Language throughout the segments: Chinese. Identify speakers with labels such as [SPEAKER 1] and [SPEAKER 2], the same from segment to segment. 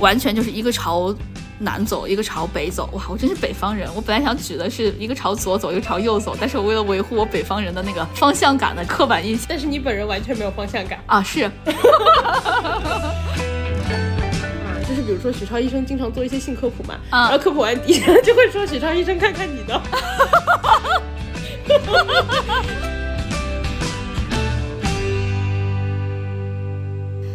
[SPEAKER 1] 完全就是一个朝南走，一个朝北走。哇，我真是北方人！我本来想举的是一个朝左走，一个朝右走，但是我为了维护我北方人的那个方向感的刻板印象
[SPEAKER 2] 但是你本人完全没有方向感
[SPEAKER 1] 啊，是
[SPEAKER 2] 啊，就是比如说许超医生经常做一些性科普嘛，
[SPEAKER 1] 啊
[SPEAKER 2] 然后科普完底下就会说许超医生看看你的，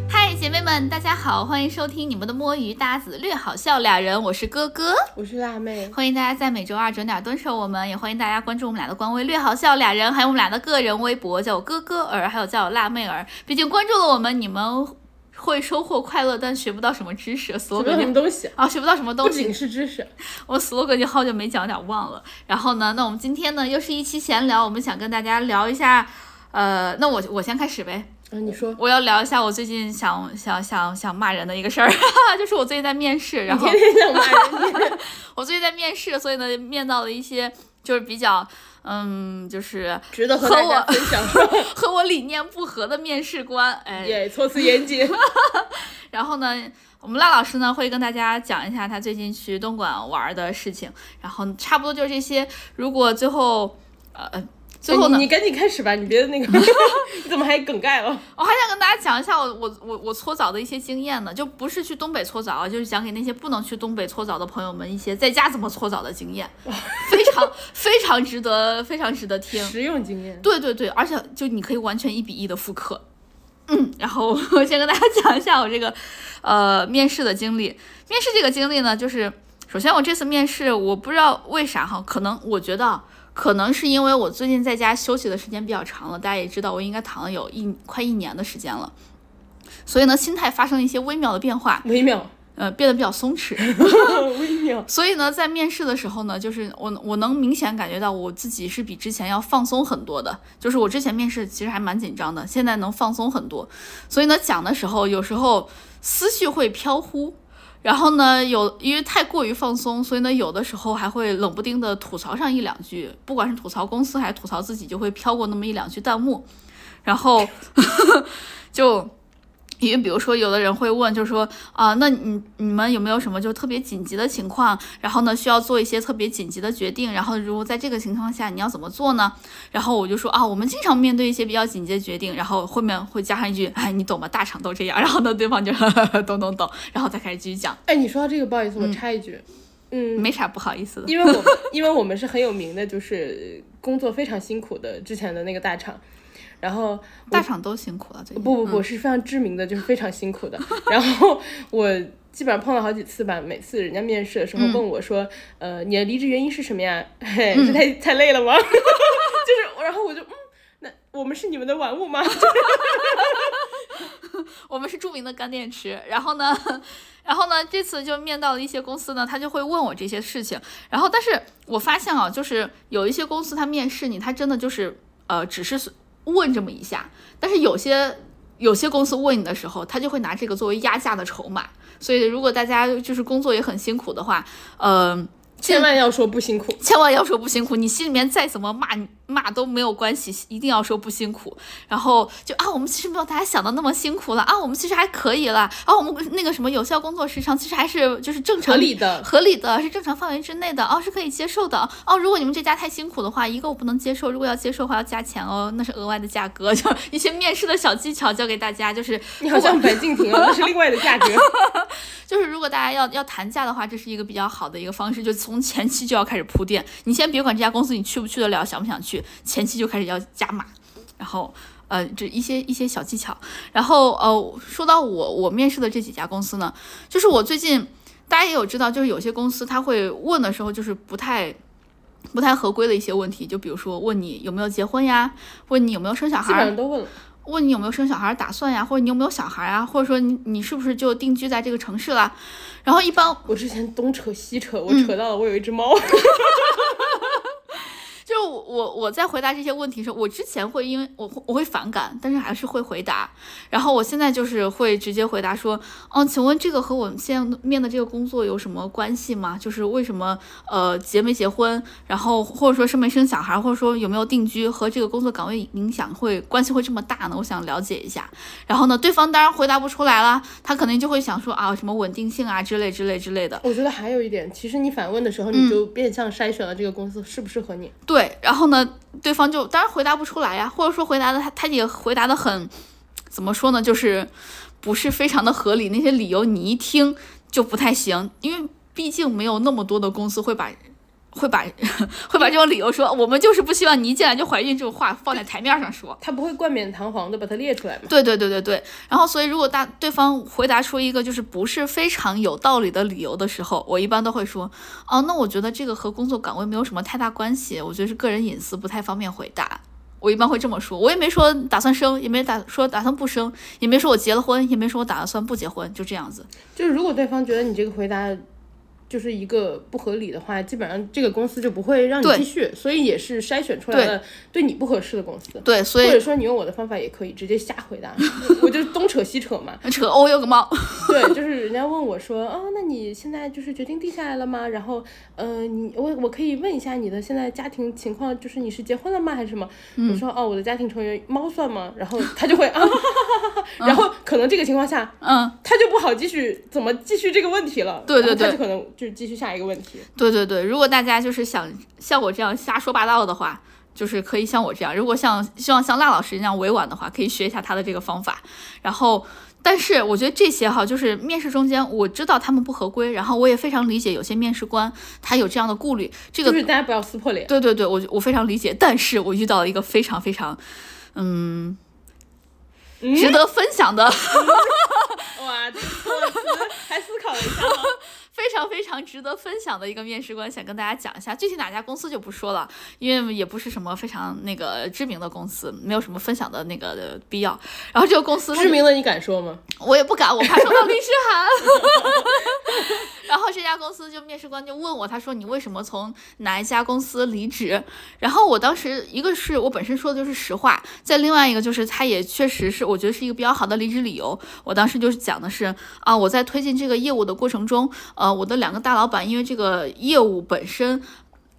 [SPEAKER 1] 嗨，姐妹们，大家好，欢迎收听你们的摸鱼搭子略好笑俩人，我是哥哥。
[SPEAKER 2] 我是辣妹，
[SPEAKER 1] 欢迎大家在每周二准点蹲守我们，也欢迎大家关注我们俩的官微“略好笑俩人”，还有我们俩的个人微博，叫我哥哥儿，还有叫我辣妹儿。毕竟关注了我们，你们会收获快乐，但学不到什么知识。
[SPEAKER 2] 什么什
[SPEAKER 1] slogan
[SPEAKER 2] 么
[SPEAKER 1] 就
[SPEAKER 2] 东西，啊
[SPEAKER 1] 啊，学不到什么
[SPEAKER 2] 不
[SPEAKER 1] 东西
[SPEAKER 2] 仅。是知识，
[SPEAKER 1] 我 slogan 就好久没讲，有点忘了。然后呢，那我们今天呢又是一期闲聊，我们想跟大家聊一下，呃，那我我先开始呗。
[SPEAKER 2] 嗯，你说。
[SPEAKER 1] 我要聊一下我最近想想想想骂人的一个事儿， 就是我最近在面试，然
[SPEAKER 2] 你
[SPEAKER 1] 后
[SPEAKER 2] 天天想骂人，你
[SPEAKER 1] 我最近在面试，所以呢，面到了一些就是比较，嗯，就是
[SPEAKER 2] 值得和大家分 享，
[SPEAKER 1] 和我理念不合的面试官，哎，
[SPEAKER 2] 也措辞严 谨。
[SPEAKER 1] 然后呢，我们辣老师呢会跟大家讲一下他最近去东莞玩的事情，然后差不多就是这些。如果最后，呃，最后
[SPEAKER 2] 你
[SPEAKER 1] 呢，
[SPEAKER 2] 你赶紧开始吧，你别那 个，你怎么还梗概了？
[SPEAKER 1] 我还想跟大家讲一下我我我我搓澡的一些经验呢，就不是去东北搓澡啊，就是讲给那些不能去东北搓澡的朋友们一些在家怎么搓澡的经验，非常非常值得，非常值得听。
[SPEAKER 2] 实用经验，
[SPEAKER 1] 对对对，而且就你可以完全一比一的复刻。嗯，然后 我先跟大家讲一下我这个呃面试的经历。面试这个经历呢，就是首先我这次面试，我不知道为啥哈，可能我觉得啊可能是因为我最近在家休息的时间比较长了，大家也知道我应该躺了有一快一年的时间了，所以呢心态发生了一些微妙的变化，
[SPEAKER 2] 微妙，
[SPEAKER 1] 呃变得比较松弛。
[SPEAKER 2] 微妙。
[SPEAKER 1] 所以呢，在面试的时候呢，就是我我能明显感觉到我自己是比之前要放松很多的。就是我之前面试其实还蛮紧张的，现在能放松很多。所以呢，讲的时候有时候思绪会飘忽，然后呢，有因为太过于放松，所以呢，有的时候还会冷不丁的吐槽上一两句，不管是吐槽公司还是吐槽自己，就会飘过那么一两句弹幕，然后 就。因为比如说，有的人会问，就是说啊，那你你们有没有什么就特别紧急的情况？然后呢，需要做一些特别紧急的决定。然后，如果在这个情况下，你要怎么做呢？然后我就说啊，我们经常面对一些比较紧急的决定，然后后面会加上一句，哎，你懂吗？大厂都这样。 然后呢，对方就懂懂懂，然后再开始继续讲，
[SPEAKER 2] 哎，你说到这个，不好意思，我插一句，嗯，
[SPEAKER 1] 没啥不好意思的。
[SPEAKER 2] 因为我因为我们是 很有名的，就是工作非常辛苦的之前的那个大厂，然后
[SPEAKER 1] 大厂都辛苦了，最近
[SPEAKER 2] 不不不是非常知名的，就是非常辛苦的。然后我基本上碰了好几次吧，每次人家面试的时候问我说，呃，你的离职原因是什么呀？ 嘿，是太太累了吗？ 就是，然后我就嗯。那我们是你们的玩物吗？
[SPEAKER 1] 我们是著名的干电池。然后呢， 然后呢，这次就面到了一些公司呢，他就会问我这些事情。然后，但是我发现啊，就是有一些公司他面试你，他真的就是呃，只是问这么一下。但是有些有些公司问你的时候，他就会拿这个作为压价的筹码。所以，如果大家就是工作也很辛苦的话，嗯、
[SPEAKER 2] 千万要说不辛苦。
[SPEAKER 1] 千万要说不辛苦，你心里面再怎么骂你骂都没有关系，一定要说不辛苦。然后就啊，我们其实没有大家想的那么辛苦了啊，我们其实还可以了啊，我们那个什么有效工作时长其实还是就是正常
[SPEAKER 2] 合理的
[SPEAKER 1] 合理的是正常范围之内的哦，是可以接受的哦。如果你们这家太辛苦的话，一个我不能接受，如果要接受的话要加钱哦，那是额外的价格， 就一些面试的小技巧教给大家，就是
[SPEAKER 2] 你好像白敬亭啊，那是另外的价格。
[SPEAKER 1] 就是如果大家要要谈价的话，这是一个比较好的一个方式，就从前期就要开始铺垫。你先别管这家公司你去不去得了，想不想去，前期就开始要加码，然后。呃，这一些一些小技巧，然后呃，说到我我面试的这几家公司呢，就是我最近大家也有知道，就是有些公司他会问的时候，就是不太不太合规的一些问题，就比如说问你有没有结婚呀，问你有没有生小
[SPEAKER 2] 基
[SPEAKER 1] 孩
[SPEAKER 2] 本
[SPEAKER 1] 儿
[SPEAKER 2] 上，都问了，
[SPEAKER 1] 问你有没有生小孩儿打算呀，或者你有没有小孩儿啊，或者说你你是不是就定居在这个城市了？然后一般
[SPEAKER 2] 我之前东扯西扯，我扯到了我有一只猫。
[SPEAKER 1] 就是我我我在回答这些问题时候，我之前会因为我会我会反感，但是还是会回答。然后我现在就是会直接回答说，嗯，请问这个和我们现在面的这个工作有什么关系吗？就是为什么呃结没结婚，然后或者说生没生小孩，或者说有没有定居，和这个工作岗位影响会关系会这么大呢？我想了解一下。然后呢，对方当然回答不出来了，他肯定就会想说啊什么稳定性啊之类之类之类的。
[SPEAKER 2] 我觉得还有一点，其实你反问的时候，
[SPEAKER 1] 嗯
[SPEAKER 2] 你就变相筛选了这个公司适不适合你。
[SPEAKER 1] 对，然后呢，对方就当然回答不出来呀，或者说回答的他他也回答的很，怎么说呢，就是不是非常的合理。那些理由你一听就不太行，因为毕竟没有那么多的公司会把会把 会把这种理由说，我们就是不希望你一进来就怀孕这种话放在台面上说。
[SPEAKER 2] 他不会冠冕堂皇的把它列出来嘛？
[SPEAKER 1] 对对对对对。然后，所以如果大对方回答出一个就是不是非常有道理的理由的时候，我一般都会说，哦，那我觉得这个和工作岗位没有什么太大关系，我觉得是个人隐私，不太方便回答。我一般会这么说，我也没说打算生，也没打说打算不生，也没说我结了婚，也没说我打算不结婚，就这样子。
[SPEAKER 2] 就是如果对方觉得你这个回答就是一个不合理的话，基本上这个公司就不会让你
[SPEAKER 1] 对
[SPEAKER 2] 继续，所以也是筛选出来了对你不合适的公司。
[SPEAKER 1] 对，所
[SPEAKER 2] 或
[SPEAKER 1] 以
[SPEAKER 2] 者说你用我的方法也可以直接瞎回答，我就东扯西扯嘛。
[SPEAKER 1] 扯欧有个猫，
[SPEAKER 2] 对，就是人家问我说，啊、那你现在就是决定定下来了吗？然后，呃，你我我可以问一下你的现在家庭情况，就是你是结婚了吗，还是什么？
[SPEAKER 1] 嗯
[SPEAKER 2] 我说，哦，我的家庭成员猫算吗？然后他就会啊，哈哈哈哈 哈然后可能这个情况下，
[SPEAKER 1] 嗯，
[SPEAKER 2] 他就不好继续怎么继续这个问题了。
[SPEAKER 1] 对对
[SPEAKER 2] 然后他
[SPEAKER 1] 对
[SPEAKER 2] 就可能就继续下一个问题。
[SPEAKER 1] 对对对，如果大家就是想像我这样瞎说八道的话，就是可以像我这样；如果像希望像辣老师那样委婉的话，可以学一下他的这个方法。然后，但是我觉得这些哈，就是面试中间我知道他们不合规，然后我也非常理解有些面试官他有这样的顾虑，这个
[SPEAKER 2] 就是大家不要撕破脸。
[SPEAKER 1] 对对对，我我非常理解。但是我遇到了一个非常非常嗯
[SPEAKER 2] 嗯
[SPEAKER 1] 值得分享的。
[SPEAKER 2] 哇，这个措辞还思考了一下吗？
[SPEAKER 1] 非常非常值得分享的一个面试官，想跟大家讲一下，具体哪家公司就不说了，因为也不是什么非常那个知名的公司，没有什么分享的那个的必要。然后这个公司它
[SPEAKER 2] 知名的你敢说吗？
[SPEAKER 1] 我也不敢，我怕收到律师函。 然后这家公司就面试官就问我，他说你为什么从哪一家公司离职？然后我当时一个是我本身说的就是实话，再另外一个就是他也确实是我觉得是一个比较好的离职理由。我当时就是讲的是啊，我在推进这个业务的过程中，呃，我的两个大老板因为这个业务本身，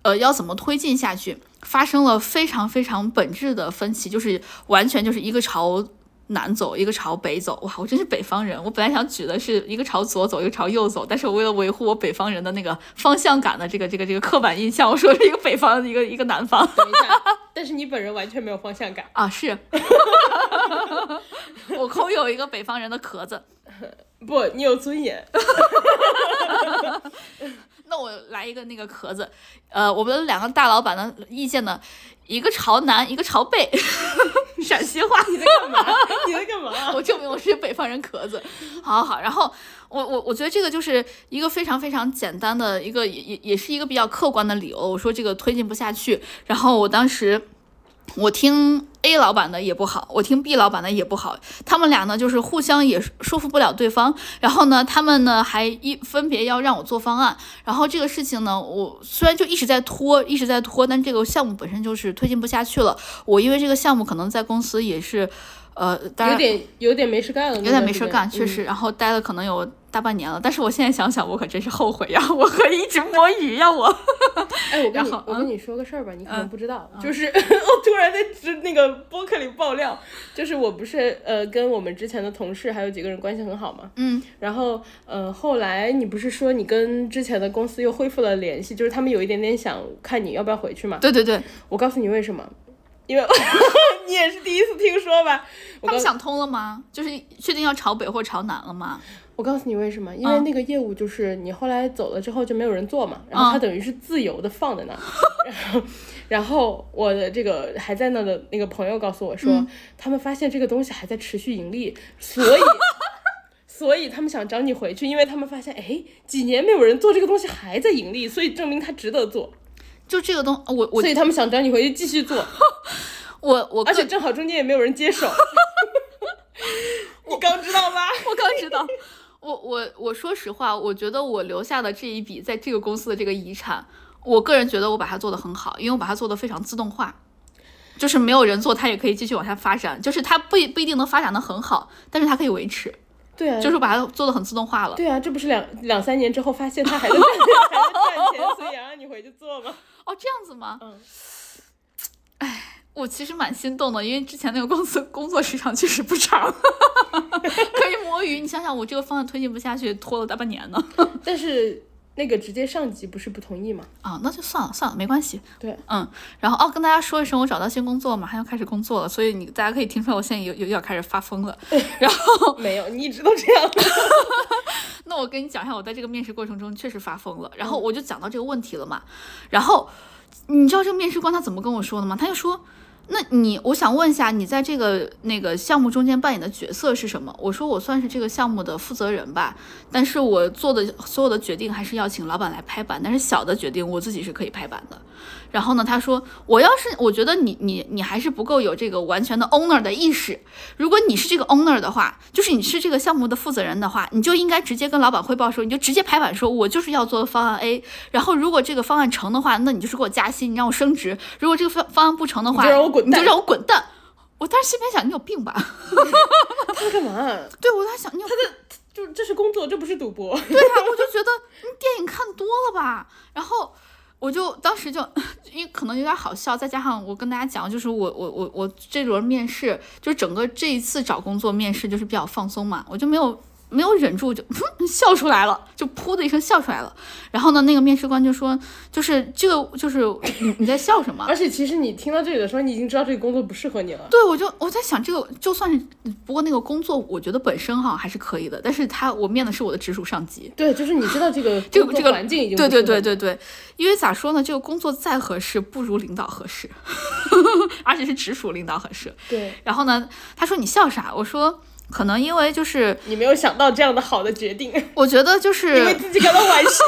[SPEAKER 1] 呃，要怎么推进下去，发生了非常非常本质的分歧，就是完全就是一个朝。南走，一个朝北走。哇，我真是北方人。我本来想举的是一个朝左走，一个朝右走，但是我为了维护我北方人的那个方向感的这个这个这个刻板印象，我说是一个北方，一个一个南方。
[SPEAKER 2] 等一下，但是你本人完全没有方向感。
[SPEAKER 1] 啊，是， 我空有一个北方人的壳子。
[SPEAKER 2] 不，你有尊严。
[SPEAKER 1] 那我来一个那个壳子，呃，我们两个大老板的意见呢，一个朝南，一个朝北， 陕西话。
[SPEAKER 2] 你在干嘛？你在干嘛？
[SPEAKER 1] 我证明我是北方人壳子。好好好，然后我我我觉得这个就是一个非常非常简单的一个，也也也是一个比较客观的理由。我说这个推进不下去，然后我当时我听 A 老板的也不好，我听 B 老板的也不好，他们俩呢就是互相也说服不了对方，然后呢他们呢还一分别要让我做方案，然后这个事情呢我虽然就一直在拖，一直在拖，但这个项目本身就是推进不下去了。我因为这个项目可能在公司也是。呃，当然
[SPEAKER 2] 有点有点没事干了，
[SPEAKER 1] 有
[SPEAKER 2] 有
[SPEAKER 1] 点没事儿干，
[SPEAKER 2] 嗯
[SPEAKER 1] 确。实，然后待了可能有大半年了。但是我现在想想，我可真是后悔呀！ 我可以一直摸鱼呀！我
[SPEAKER 2] 哎，我跟
[SPEAKER 1] 然
[SPEAKER 2] 你
[SPEAKER 1] 后嗯
[SPEAKER 2] 我跟你说个事儿吧，你可能不知道，啊就是 我突然在直那个播客里爆料，就是我不是呃跟我们之前的同事还有几个人关系很好嘛，
[SPEAKER 1] 嗯，
[SPEAKER 2] 然后呃后来你不是说你跟之前的公司又恢复了联系，就是他们有一点点想看你要不要回去嘛？
[SPEAKER 1] 对对对，
[SPEAKER 2] 我告诉你为什么，因为 你也是第一次听说吧？我
[SPEAKER 1] 他
[SPEAKER 2] 告
[SPEAKER 1] 们想通了吗？就是确定要朝北或朝南了吗？
[SPEAKER 2] 我告诉你为什么，因为那个业务就是你后来走了之后就没有人做嘛，然后它等于是自由的放 在那儿。然后，然后我的这个还在那的那个朋友告诉我说，他们发现这个东西还在持续盈利，所 以。所以他们想找你回去，因为他们发现，哎，几年没有人做这个东西还在盈利，所以证明它值得做，
[SPEAKER 1] 就这个东，我我
[SPEAKER 2] 所以他们想找你回去继 续做，
[SPEAKER 1] 我我
[SPEAKER 2] 而
[SPEAKER 1] 个
[SPEAKER 2] 且正好中间也没有人接手。 你刚知道吧？
[SPEAKER 1] 我刚知道。我我我说实话，我觉得我留下的这一笔在这个公司的这个遗产，我个人觉得我把它做得很好，因为我把它做得非常自动化，就是没有人做，它也可以继续往下发展，就是它不一不一定能发展得很好，但是它可以维持，
[SPEAKER 2] 对啊，
[SPEAKER 1] 就是把它做得很自动化了。
[SPEAKER 2] 对啊，这不是两两三年之后发现他还在还在赚 钱，所以想让你回去做吗？
[SPEAKER 1] 哦，这样子吗？
[SPEAKER 2] 嗯，
[SPEAKER 1] 我其实蛮心动的，因为之前那个公司工作时长确实不长， 可以摸鱼。你想想，我这个方案推进不下去，拖了大半年呢。
[SPEAKER 2] 但是那个直接上级不是不同意吗？
[SPEAKER 1] 啊，那就算了算了，没关系。
[SPEAKER 2] 对，
[SPEAKER 1] 嗯，然后哦，跟大家说一声，我找到新工作，马上要开始工作了，所以你大家可以听出来，我现在有有有点开始发疯了。然后，
[SPEAKER 2] 没有，你一直都这样。
[SPEAKER 1] 那我跟你讲一下，我在这个面试过程中确实发疯了，然后我就讲到这个问题了嘛，然后你知道这个面试官他怎么跟我说的吗？他就说。那你，我想问一下，你在这个那个项目中间扮演的角色是什么？我说我算是这个项目的负责人吧，但是我做的所有的决定还是要请老板来拍板，但是小的决定我自己是可以拍板的。然后呢，他说我要是我觉得你你你还是不够有这个完全的 owner 的意识，如果你是这个 owner 的话，就是你是这个项目的负责人的话，你就应该直接跟老板汇报说，你就直接拍板说，我就是要做方案 A。然后如果这个方案成的话，那你就是给我加薪，你让我升职；如果这个方方案不成的话，
[SPEAKER 2] 你就让我滚蛋
[SPEAKER 1] 你就让我滚蛋。我当时心里面想，你有病吧？
[SPEAKER 2] 他干嘛？
[SPEAKER 1] 对我当时想，你有
[SPEAKER 2] 啊就这是工作，这不是赌博。
[SPEAKER 1] 对啊，我就觉得你电影看多了吧，然后。我就当时就， 因为可能有点好笑，再加上我跟大家讲，就是我我我我这轮面试，就是整个这一次找工作面试就是比较放松嘛，我就没有没有忍住就 笑出来了，就噗的一声笑出来了。然后呢，那个面试官就说，就是这个就是你你在笑 什么？
[SPEAKER 2] 而且其实你听到这里的时候，你已经知道这个工作不适合你了。
[SPEAKER 1] 对，我就我在想，这个就算是不过那个工作，我觉得本身哈还是可以的，但是他我面的是我的直属上级，
[SPEAKER 2] 对，就是你知道这个
[SPEAKER 1] 这
[SPEAKER 2] 工
[SPEAKER 1] 个
[SPEAKER 2] 作
[SPEAKER 1] 这个
[SPEAKER 2] 环境已经
[SPEAKER 1] 对
[SPEAKER 2] 不适
[SPEAKER 1] 对
[SPEAKER 2] 合
[SPEAKER 1] 对
[SPEAKER 2] 你
[SPEAKER 1] 对对，因为咋说呢，这个工作再合适，不如领导合适， 而且是直属领导合适。
[SPEAKER 2] 对，
[SPEAKER 1] 然后呢，他说你笑啥？我说可能因为就是
[SPEAKER 2] 你没有想到这样的好的决定，
[SPEAKER 1] 我觉得就
[SPEAKER 2] 你为
[SPEAKER 1] 是
[SPEAKER 2] 自己感到惋 惜。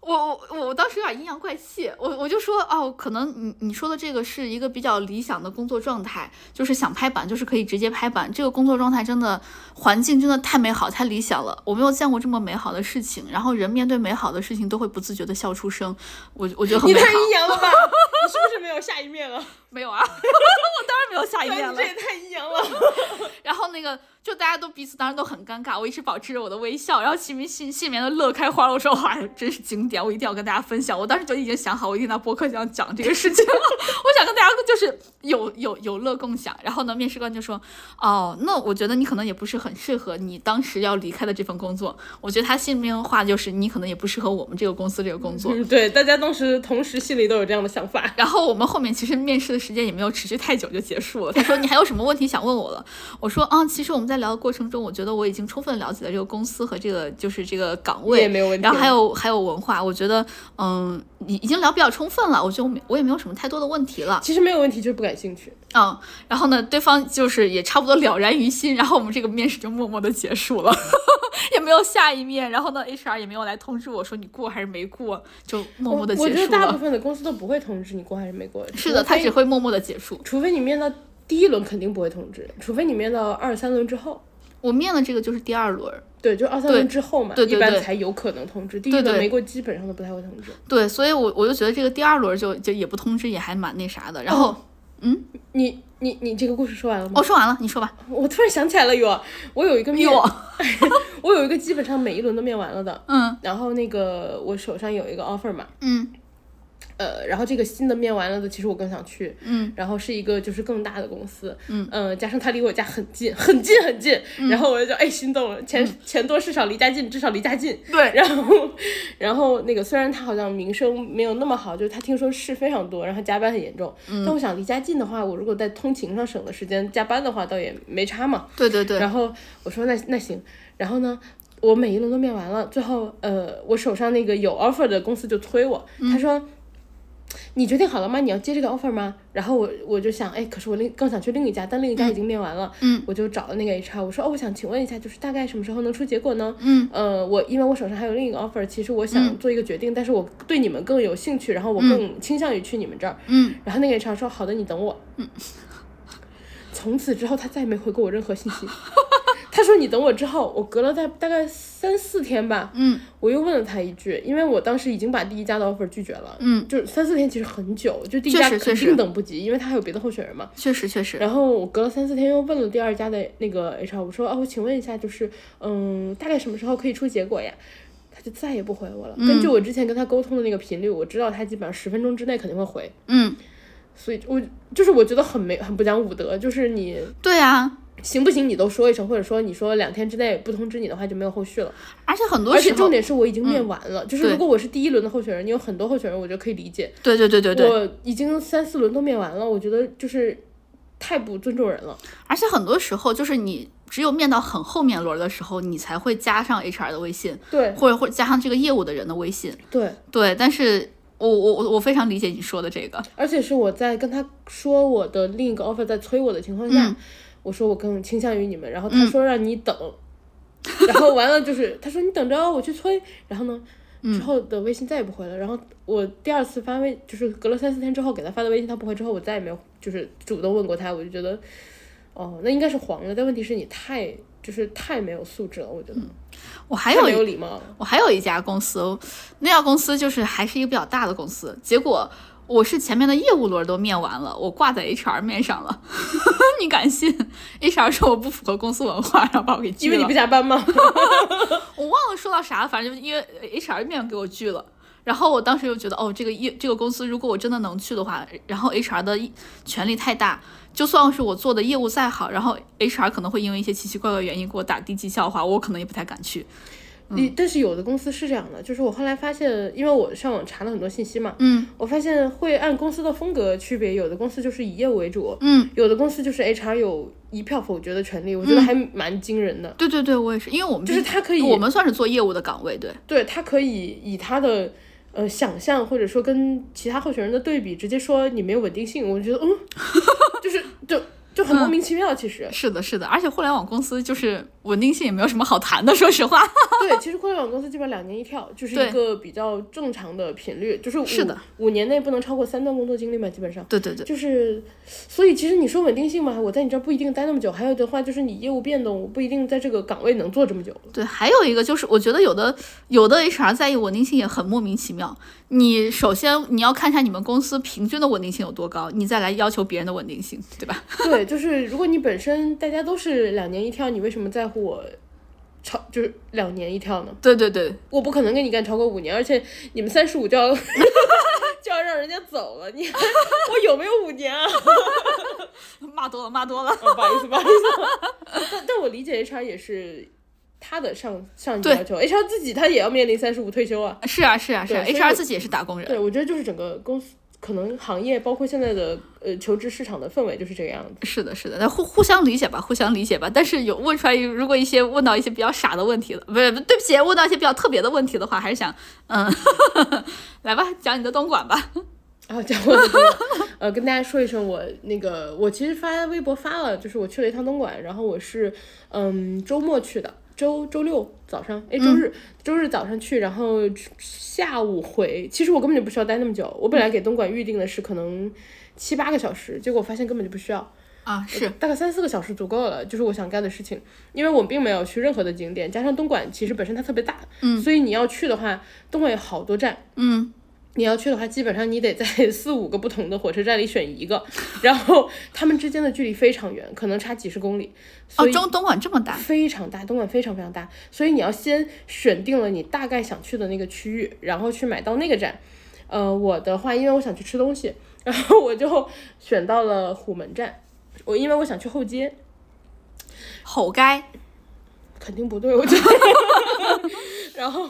[SPEAKER 1] 我我我我当时有点阴阳怪气，我我就说哦，可能你你说的这个是一个比较理想的工作状态，就是想拍板就是可以直接拍板，这个工作状态真的环境真的太美好太理想了，我没有见过这么美好的事情。然后人面对美好的事情都会不自觉的笑出声，我我觉得很
[SPEAKER 2] 你
[SPEAKER 1] 美好
[SPEAKER 2] 太。阴阳了吧？ 你是不是没有下一面了？
[SPEAKER 1] 没有啊， 我当然没有下一
[SPEAKER 2] 对，
[SPEAKER 1] 面
[SPEAKER 2] 你
[SPEAKER 1] 了
[SPEAKER 2] 这。也太阴阳了。
[SPEAKER 1] 然后那个就大家都彼此当时都很尴尬，我一直保持着我的微笑，然后心里心心里面都乐开花了。我说哇，真是经典，我一定要跟大家分享。我当时就已经想好，我一定在播客上讲这个事情 我想跟大家就是有有有乐共享。然后呢，面试官就说，哦，那我觉得你可能也不是很适合你当时要离开的这份工作。我觉得他心里面的话就是，你可能也不适合我们这个公司这个工作。
[SPEAKER 2] 嗯，对，大家当时同时心里都有这样的想法。
[SPEAKER 1] 然后我们后面其实面试的时间也没有持续太久就结束了。他说你还有什么问题想问我了？我说啊，其实我们在聊的过程中，我觉得我已经充分了解了这个公司和这个就是这个岗位
[SPEAKER 2] 也没有问题
[SPEAKER 1] 然后还有还有文化，我觉得嗯已已经聊比较充分了，我觉得我没我也没有什么太多的问题了。
[SPEAKER 2] 其实没有问题，就是不感兴趣。
[SPEAKER 1] 嗯，然后呢，对方就是也差不多了然于心，然后我们这个面试就默默的结束了， 也没有下一面。然后呢，HR 也没有来通知我说你过还是没过，就默
[SPEAKER 2] 我
[SPEAKER 1] 默的
[SPEAKER 2] 我
[SPEAKER 1] 结
[SPEAKER 2] 觉得
[SPEAKER 1] 束
[SPEAKER 2] 大部
[SPEAKER 1] 了。
[SPEAKER 2] 分的公司都不会通知你过还是没过。
[SPEAKER 1] 是的，
[SPEAKER 2] 除
[SPEAKER 1] 他
[SPEAKER 2] 非
[SPEAKER 1] 只会默默的结束。
[SPEAKER 2] 除非你面到第一轮肯定不会通知，除非你面到二三轮之后。
[SPEAKER 1] 我面的这个就是第二轮，
[SPEAKER 2] 对，就二三轮之后嘛，
[SPEAKER 1] 对对
[SPEAKER 2] 一般
[SPEAKER 1] 对
[SPEAKER 2] 才有可能通知。第一
[SPEAKER 1] 对
[SPEAKER 2] 轮
[SPEAKER 1] 对
[SPEAKER 2] 没过，基本上都不太会通知。
[SPEAKER 1] 对，所以我我就觉得这个第二轮就就也不通知，也还蛮那啥的。然后
[SPEAKER 2] 哦你你你这个故事说完了吗？
[SPEAKER 1] 我、说完了，你说吧。
[SPEAKER 2] 我突然想起来了，有我有一个面，
[SPEAKER 1] 哟
[SPEAKER 2] 我有一个基本上每一轮都面完了的。
[SPEAKER 1] 嗯
[SPEAKER 2] 然后那个我手上有一个 offer 嘛，
[SPEAKER 1] 嗯
[SPEAKER 2] 呃，然后这个新的面完了的，其实我更想去，
[SPEAKER 1] 嗯，
[SPEAKER 2] 然后是一个就是更大的公司，
[SPEAKER 1] 嗯
[SPEAKER 2] 呃，加上它离我家很近，很近很近，然后我就哎心动了，钱
[SPEAKER 1] 嗯
[SPEAKER 2] 钱多事少离家近，至少离家近。
[SPEAKER 1] 对，
[SPEAKER 2] 然后，然后那个虽然他好像名声没有那么好，就是他听说事非常多，然后加班很严重。
[SPEAKER 1] 嗯
[SPEAKER 2] 但我想离家近的话，我如果在通勤上省的时间，加班的话倒也没差嘛。
[SPEAKER 1] 对对对，
[SPEAKER 2] 然后我说那那行，然后呢，我每一轮都面完了，最后呃，我手上那个有 offer 的公司就催我，
[SPEAKER 1] 嗯
[SPEAKER 2] 他说。你决定好了吗？你要接这个 offer 吗？然后我我就想，哎，可是我另更想去另一家，但另一家已经面完了，
[SPEAKER 1] 嗯，
[SPEAKER 2] 我就找了那个 HR，我说，哦，我想请问一下，就是大概什么时候能出结果呢？
[SPEAKER 1] 嗯，
[SPEAKER 2] 呃，我因为我手上还有另一个 offer，其实我想做一个决定，但是我对你们更有兴趣，然后我更倾向于去你们这儿，
[SPEAKER 1] 嗯，
[SPEAKER 2] 然后那个 HR 说：“好的，你等我。”嗯，从此之后他再也没回过我任何信息。 他说你等我之后，我隔了大大概三四天吧，
[SPEAKER 1] 嗯，
[SPEAKER 2] 我又问了他一句，因为我当时已经把第一家的 offer 拒绝了，
[SPEAKER 1] 嗯，
[SPEAKER 2] 就是三四天其实很久，就第一
[SPEAKER 1] 确
[SPEAKER 2] 家
[SPEAKER 1] 实确
[SPEAKER 2] 肯
[SPEAKER 1] 实嗯
[SPEAKER 2] 定等不及，因为他还有别的候选人嘛。
[SPEAKER 1] 确实确实，
[SPEAKER 2] 然后我隔了三四天又问了第二家的那个 HR，我说哦，请问一下，就是嗯，大概什么时候可以出结果呀？他就再也不回我了。
[SPEAKER 1] 嗯
[SPEAKER 2] 根据我之前跟他沟通的那个频率，我知道他基本上十分钟之内肯定会回，
[SPEAKER 1] 嗯，
[SPEAKER 2] 所以我就是我觉得很没很不讲武德，就是你
[SPEAKER 1] 对啊，
[SPEAKER 2] 行不行你都说一声，或者说你说两天之内不通知你的话就没有后续了。
[SPEAKER 1] 而且很多
[SPEAKER 2] 而
[SPEAKER 1] 时
[SPEAKER 2] 且重
[SPEAKER 1] 候，
[SPEAKER 2] 点是我已经面完了，就是
[SPEAKER 1] 哦嗯对
[SPEAKER 2] 如果我是第一轮的候选人，你有很多候选人，我觉得可以理解。
[SPEAKER 1] 对对对对对，
[SPEAKER 2] 我已经三四轮都面完了，我觉得就是太不尊重人了。
[SPEAKER 1] 而且很多时候就是你只有面到很后面轮儿的时候，你才会加上 HR 的微信，
[SPEAKER 2] 对
[SPEAKER 1] 或者或者加上这个业务的人的微信。
[SPEAKER 2] 对，
[SPEAKER 1] 对，但是我我我我非常理解你说的这个，
[SPEAKER 2] 而且是我在跟他说我的另一个 offer 在催我的情况下，
[SPEAKER 1] 嗯
[SPEAKER 2] 我说我更倾向于你们，然后他说让你等， 然后完了就是他说你等着啊我去催，然后呢？之后的微信再也不回了。然后我第二次发微，就是隔了三四天之后给他发的微信，他不回之后，我再也没有就是主动问过他。我就觉得，哦，那应该是黄了。但问题是你太就是太没有素质了，我觉得、
[SPEAKER 1] 我还
[SPEAKER 2] 太
[SPEAKER 1] 有
[SPEAKER 2] 没
[SPEAKER 1] 一
[SPEAKER 2] 嗯有礼貌了。
[SPEAKER 1] 我还有一家公司，那家公司就是还是一个比较大的公司，结果我是前面的业务轮都面完了，我挂在 HR 面上了， 你敢信？HR 说我不符合公司文化，然后把我给拒
[SPEAKER 2] 因
[SPEAKER 1] 了。
[SPEAKER 2] 为你不加班吗？
[SPEAKER 1] 我忘了说到啥，反正就是因为呃 HR 面给我拒了。然后我当时就觉得，哦，这个业这个公司，如果我真的能去的话，然后 HR 的一权力太大，就算是我做的业务再好，然后 HR 可能会因为一些奇奇怪怪原因给我打低绩效的话，我可能也不太敢去。嗯
[SPEAKER 2] 你但是有的公司是这样的，就是我后来发现，因为我上网查了很多信息嘛，
[SPEAKER 1] 嗯
[SPEAKER 2] 我发现会按公司的风格区别，有的公司就是以业务为主，
[SPEAKER 1] 嗯，
[SPEAKER 2] 有的公司就是 HR 有一票否决的权利，我觉得还蛮惊人的。
[SPEAKER 1] 对对对，我也是，因为我们
[SPEAKER 2] 就是他可以
[SPEAKER 1] 我们算是做业务的岗位，对，
[SPEAKER 2] 对他可以以他的呃想象，或者说跟其他候选人的对比，直接说你没有稳定性，我就觉得嗯， 就是就就很莫名其妙。其实，
[SPEAKER 1] 是的，是的，而且互联网公司就是稳定性也没有什么好谈的， 说实话。
[SPEAKER 2] 对，其实互联网公司基本上两年一跳，就是
[SPEAKER 1] 对
[SPEAKER 2] 一个比较正常的频率，就是五
[SPEAKER 1] 是的
[SPEAKER 2] 五年内不能超过三段工作经历嘛，基本上。
[SPEAKER 1] 对对对，
[SPEAKER 2] 就是，所以其实你说稳定性嘛，我在你这儿不一定待那么久。还有的话就是你业务变动，我不一定在这个岗位能做这么久。
[SPEAKER 1] 对，还有一个就是，我觉得有的有的 HR 在意稳定性也很莫名其妙。你首先你要看一下你们公司平均的稳定性有多高，你再来要求别人的稳定性，对吧？
[SPEAKER 2] 对，就是如果你本身大家都是两年一跳，你为什么在乎我超就是两年一跳呢？
[SPEAKER 1] 对对对，
[SPEAKER 2] 我不可能跟你干超过五年，而且你们三十五就要 就要让人家走了，你 我有没有五年啊？
[SPEAKER 1] 骂多了骂多了。
[SPEAKER 2] 哦不好 意思，不好意思。但但我理解 HR 也是他的上上级
[SPEAKER 1] 对
[SPEAKER 2] 要求，HR 自己他也要面临三十五退休啊。
[SPEAKER 1] 是啊是啊是啊
[SPEAKER 2] 对所以
[SPEAKER 1] ，HR
[SPEAKER 2] 我
[SPEAKER 1] 自己也是打工人。
[SPEAKER 2] 对，我觉得就是整个公司可能行业，包括现在的呃求职市场的氛围就是这个样子。
[SPEAKER 1] 是的，是的，那互互相理解吧，互相理解吧。但是有问出来，如果一些问到一些比较傻的问题了，不是，对不起，问到一些比较特别的问题的话，还是想，嗯， 来吧，讲你的东莞吧。
[SPEAKER 2] 啊，讲我的呃，跟大家说一声，我那个我其实发微博发了，就是我去了一趟东莞，然后我是嗯周末去的，周周六早上，哎周日、周日早上去，然后下午回。其实我根本就不需要待那么久，我本来给东莞预定的是可能七八个小时，结果发现根本就不需要，
[SPEAKER 1] 啊，是，
[SPEAKER 2] 大概三四个小时足够了，就是我想干的事情。因为我并没有去任何的景点，加上东莞其实本身它特别大，嗯，所以你要去的话，东莞有好多站，
[SPEAKER 1] 嗯，
[SPEAKER 2] 你要去的话，基本上你得在 四五个不同的火车站里选一个，然后他们之间的距离非常远，可能差几十公里，
[SPEAKER 1] 哦
[SPEAKER 2] 所，以
[SPEAKER 1] 中东莞这么大，
[SPEAKER 2] 非常大，东莞非常非常大，所以你要先选定了你大概想去的那个区域，然后去买到那个站。呃，我的话，因为我想去吃东西，然后我就选到了虎门站，我因为我想去后街，
[SPEAKER 1] 吼该，
[SPEAKER 2] 肯定不对，我觉得。 然后，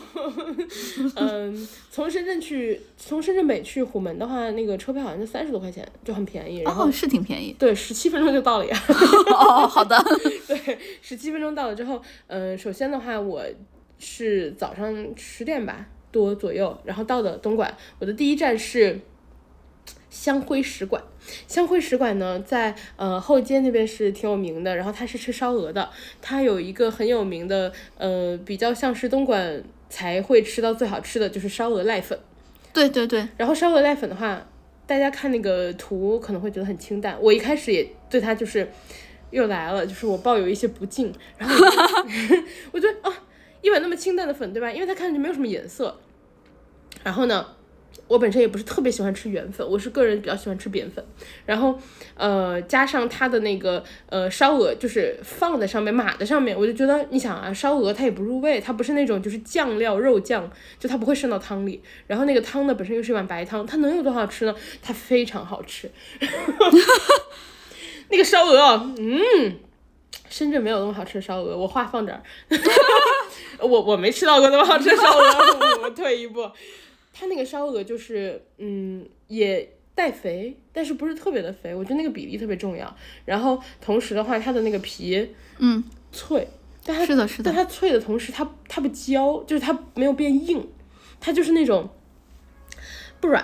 [SPEAKER 2] 嗯，从深圳去，从深圳北去虎门的话，那个车票好像就三十多块钱，就很便宜。然后，
[SPEAKER 1] 哦，是挺便宜。
[SPEAKER 2] 对，十七分钟就到了呀。
[SPEAKER 1] 哦，好的，
[SPEAKER 2] 对， 十七分钟到了之后，嗯、首先的话，我是早上十点吧多左右，然后到的东莞，我的第一站是香辉使馆。香辉使馆呢，在呃后街那边是挺有名的，然后它是吃烧鹅的，它有一个很有名的，呃，比较像是东莞才会吃到最好吃的就是烧鹅濑粉。
[SPEAKER 1] 对对对，
[SPEAKER 2] 然后烧鹅濑粉的话，大家看那个图可能会觉得很清淡，我一开始也对它就是又来了，就是我抱有一些不敬，然后我就 我觉得啊，一碗那么清淡的粉，对吧？因为它看上去没有什么颜色。然后呢，我本身也不是特别喜欢吃圆粉，我是个人比较喜欢吃扁粉。然后呃，加上它的那个呃烧鹅，就是放在上面码在上面，我就觉得你想啊，烧鹅它也不入味，它不是那种就是酱料肉酱，就它不会渗到汤里。然后那个汤呢，本身又是一碗白汤，它能有多好吃呢？它非常好吃。那个烧鹅啊，嗯，深圳没有那么好吃的烧鹅，我话放这儿， 我我没吃到过那么好吃的烧鹅，我 我退一步。它那个烧鹅就是，嗯，也带肥，但是不是特别的肥，我觉得那个比例特别重要。然后同时的话，它的那个皮
[SPEAKER 1] 嗯，
[SPEAKER 2] 脆，但它
[SPEAKER 1] 是的，是
[SPEAKER 2] 但
[SPEAKER 1] 的，
[SPEAKER 2] 它脆的同时，它它不焦，就是它没有变硬，它就是那种不软，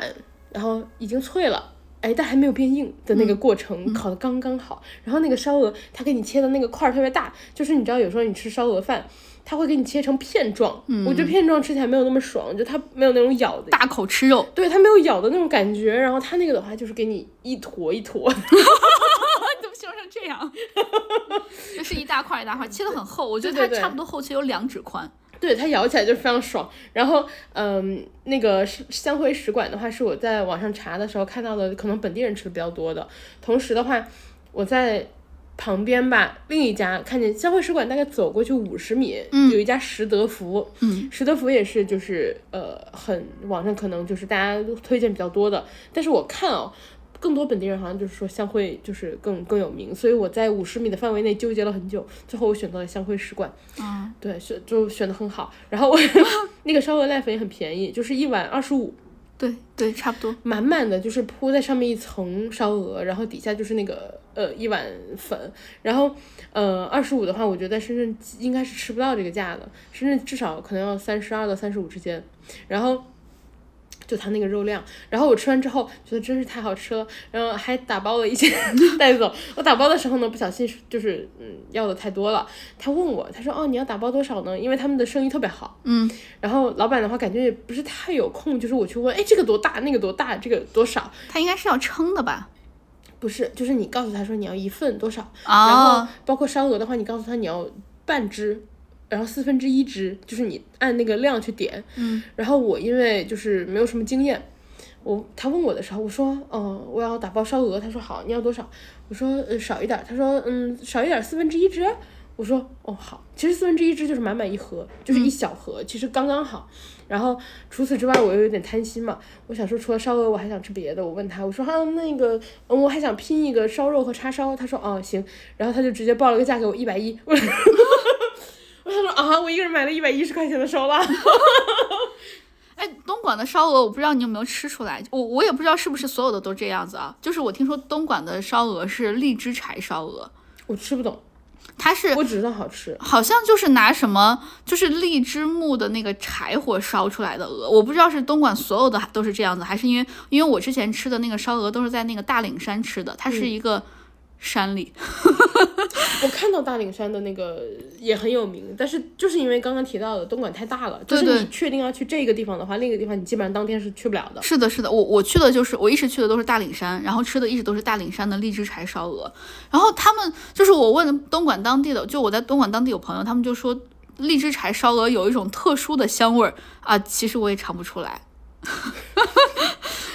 [SPEAKER 2] 然后已经脆了，哎，但还没有变硬的那个过程，烤的刚刚好。然后那个烧鹅，它给你切的那个块儿特别大，就是你知道，有时候你吃烧鹅饭，它会给你切成片状，我觉得片状吃起来没有那么爽，就它没有那种咬的
[SPEAKER 1] 大口吃肉，
[SPEAKER 2] 对，它没有咬的那种感觉，然后它那个的话就是给你一坨一 坨，
[SPEAKER 1] 怎么形容成这样？ 就是一大块一大块，切的很厚，我觉得
[SPEAKER 2] 对
[SPEAKER 1] 它
[SPEAKER 2] 对对
[SPEAKER 1] 差不多厚切有两指宽。
[SPEAKER 2] 对，它咬起来就是非常爽。然后，嗯，那个是香灰使馆的话，是我在网上查的时候看到的，可能本地人吃的比较多的。同时的话，我在旁边吧，另一家看见香灰使馆大概走过去五十米，有一家实德福，
[SPEAKER 1] 嗯，
[SPEAKER 2] 实德福也是就是呃，很网上可能就是大家都推荐比较多的。但是我看哦。更多本地人好像就是说香灰就是更更有名，所以我在五十米的范围内纠结了很久，最后我选择了香灰使馆。
[SPEAKER 1] 啊，
[SPEAKER 2] 对，选就选的很好。然后我 那个烧鹅濑粉也很便宜，就是一碗二十五，
[SPEAKER 1] 对对，差不多。
[SPEAKER 2] 满满的就是铺在上面一层烧鹅，然后底下就是那个呃一碗粉。然后呃二十五的话，我觉得在深圳应该是吃不到这个价的，深圳至少可能要三十二到三十五之间。然后。就它那个肉量，然后我吃完之后觉得真是太好吃了，然后还打包了一些 带走。我打包的时候呢，不小心就是嗯要的太多了。他问我，他说哦你要打包多少呢？因为他们的生意特别好，
[SPEAKER 1] 嗯，
[SPEAKER 2] 然后老板的话感觉也不是太有空，就是我去问，哎这个多大，那个多大，这个多少，
[SPEAKER 1] 它应该是要称的吧？
[SPEAKER 2] 不是，就是你告诉他说你要一份多少，然后
[SPEAKER 1] 哦，
[SPEAKER 2] 包括烧鹅的话，你告诉他你要半只，然后四分之一只，就是你按那个量去点。
[SPEAKER 1] 嗯，
[SPEAKER 2] 然后我因为就是没有什么经验，我他问我的时候，我说，嗯，我要打包烧鹅，他说好，你要多少？我说，呃，少一点儿。他说，嗯，少一点儿，四分之一只。我说，哦，好。其实四分之一只就是满满一盒，就是一小盒，其实刚刚好。然后除此之外，我又有点贪心嘛，我想说除了烧鹅，我还想吃别的。我问他，我说啊，那个，嗯，我还想拼一个烧肉和叉烧。他说哦行，然后他就直接报了个价给我一百一。 我说我想说啊，我一个人买了一百一十块钱的烧腊。
[SPEAKER 1] 哎，东莞的烧鹅，我不知道你有没有吃出来，我我也不知道是不是所有的都这样子啊。就是我听说东莞的烧鹅是荔枝柴烧鹅，
[SPEAKER 2] 我吃不懂，
[SPEAKER 1] 它是
[SPEAKER 2] 我只知道好吃。
[SPEAKER 1] 好像就是拿什么，就是荔枝木的那个柴火烧出来的鹅，我不知道是东莞所有的都是这样子，还是因为因为我之前吃的那个烧鹅都是在那个大岭山吃的，它是一个山里，
[SPEAKER 2] 我看到大岭山的那个也很有名，但是就是因为刚刚提到的东莞太大了，就
[SPEAKER 1] 对
[SPEAKER 2] 是
[SPEAKER 1] 对
[SPEAKER 2] 你确定要去这个地方的话，另一个地方你基本上当天是去不了的。
[SPEAKER 1] 是的，是的，我我去的就是我一直去的都是大岭山，然后吃的一直都是大岭山的荔枝柴烧鹅。然后他们就是我问东莞当地的，就我在东莞当地有朋友，他们就说荔枝柴烧鹅有一种特殊的香味儿啊，其实我也尝不出来，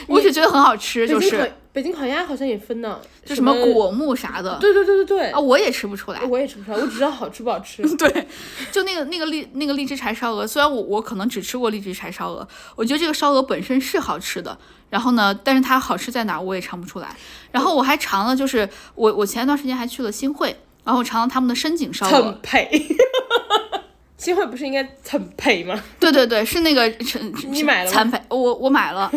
[SPEAKER 1] 我只觉得很好吃，就
[SPEAKER 2] 北京
[SPEAKER 1] 是
[SPEAKER 2] 烤北京烤鸭好像也分呢，
[SPEAKER 1] 就什么果木啥的
[SPEAKER 2] 对对对对对
[SPEAKER 1] 啊，，我也吃不出来。
[SPEAKER 2] 我也吃不出来，我只知道好吃不好 吃。
[SPEAKER 1] 对，就那个那个荔那个荔枝柴烧鹅，虽然我我可能只吃过荔枝柴烧鹅，我觉得这个烧鹅本身是好吃的。然后呢，但是它好吃在哪儿我也尝不出来。然后我还尝了，就是我我前一段时间还去了新会，然后我尝了他们的深井烧鹅
[SPEAKER 2] 蹭，配。 新会不是应该蹭配吗？
[SPEAKER 1] 对对对，是那个陈
[SPEAKER 2] 你买了吗
[SPEAKER 1] 残肥，我我买了，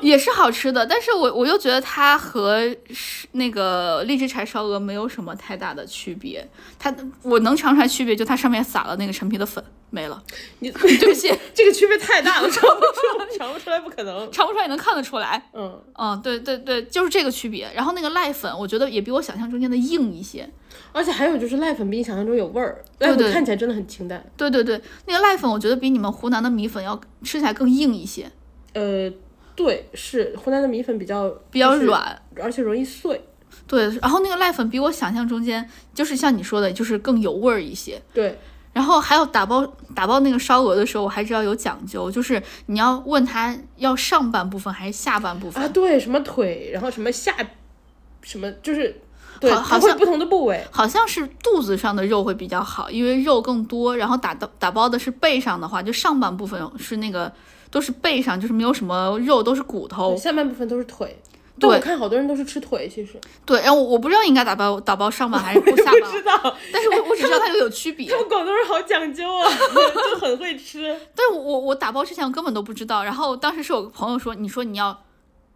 [SPEAKER 1] 也是好吃的，但是我我又觉得它和是那个荔枝柴烧鹅没有什么太大的区别，它我能尝出来区别就它上面撒了那个陈皮的粉，没了，
[SPEAKER 2] 你
[SPEAKER 1] 对不起，
[SPEAKER 2] 这个区别太大了，尝不 出，尝不出来不可能。
[SPEAKER 1] 尝不出来也能看得出来。
[SPEAKER 2] 嗯，
[SPEAKER 1] 嗯，对对对，就是这个区别。然后那个濑粉，我觉得也比我想象中间的硬一些。
[SPEAKER 2] 而且还有就是濑粉比你想象中有味儿，
[SPEAKER 1] 对
[SPEAKER 2] 濑
[SPEAKER 1] 对
[SPEAKER 2] 粉看起来真的很清淡。
[SPEAKER 1] 对对对，那个濑粉我觉得比你们湖南的米粉要吃起来更硬一些，
[SPEAKER 2] 呃，对，是湖南的米粉比较
[SPEAKER 1] 比较
[SPEAKER 2] 就是
[SPEAKER 1] 软。
[SPEAKER 2] 而且容易碎。
[SPEAKER 1] 对，然后那个濑粉比我想象中间就是像你说的，就是更有味儿一些。
[SPEAKER 2] 对，
[SPEAKER 1] 然后还有打包打包那个烧鹅的时候，我还知道有讲究，就是你要问他要上半部分还是下半部分。
[SPEAKER 2] 啊，对，什么腿，然后什么下，什么就是，对，
[SPEAKER 1] 好好
[SPEAKER 2] 它会有
[SPEAKER 1] 像
[SPEAKER 2] 不同的部位。
[SPEAKER 1] 好像是肚子上的肉会比较好，因为肉更多。然后打到打包的是背上的话，就上半部分是那个都是背上，就是没有什么肉，都是骨 头。
[SPEAKER 2] 下半部分都是腿。但我
[SPEAKER 1] 对
[SPEAKER 2] 看好多人都是吃腿，其实
[SPEAKER 1] 对，哎然后我我不知道应该打包打包上半还是不下
[SPEAKER 2] 不知
[SPEAKER 1] 半，
[SPEAKER 2] 道，
[SPEAKER 1] 但是我我只知道它有区别
[SPEAKER 2] 他。们广东人好讲究啊，就很会吃。
[SPEAKER 1] 但我我我打包之前我根本都不知道，然后当时是我个朋友说，你说你要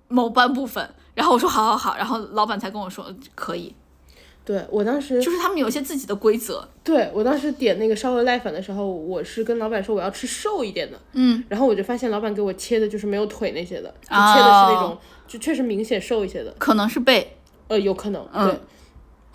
[SPEAKER 1] 某班部分，然后我说好好好，然后老板才跟我说可以，
[SPEAKER 2] 对我当时
[SPEAKER 1] 就是他们有一些自己的规则。
[SPEAKER 2] 对我当时点那个烧鹅濑粉的时候，我是跟老板说我要吃瘦一点的，
[SPEAKER 1] 嗯，
[SPEAKER 2] 然后我就发现老板给我切的就是没有腿那些的，就切的是那种、
[SPEAKER 1] 哦
[SPEAKER 2] 就确实明显瘦一些的，
[SPEAKER 1] 可能是被
[SPEAKER 2] 呃，有可能，
[SPEAKER 1] 嗯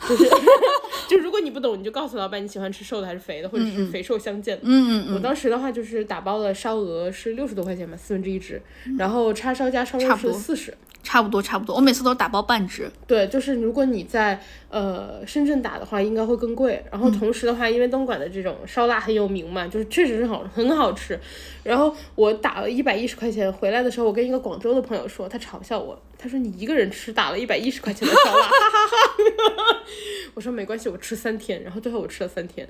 [SPEAKER 2] 对，就是 就如果你不懂，你就告诉老板你喜欢吃瘦的还是肥的，或者是肥瘦相间的。
[SPEAKER 1] 嗯嗯
[SPEAKER 2] 我当时的话就是打包的烧鹅是六十多块钱吧，四分之一只，然后叉烧加烧
[SPEAKER 1] 嗯差
[SPEAKER 2] 肉
[SPEAKER 1] 不多
[SPEAKER 2] 是四十。
[SPEAKER 1] 差不多差不多，我每次都打包半只。
[SPEAKER 2] 对，就是如果你在呃深圳打的话，应该会更贵。
[SPEAKER 1] 嗯
[SPEAKER 2] 然后同时的话，因为东莞的这种烧腊很有名嘛，就是确实是好很好吃。然后我打了一百一十块钱回来的时候，我跟一个广州的朋友说，他嘲笑我，他说你一个人吃打了一百一十块钱的烧腊，哈 哈哈我说没关系，我吃三天。然后最后我吃了三天，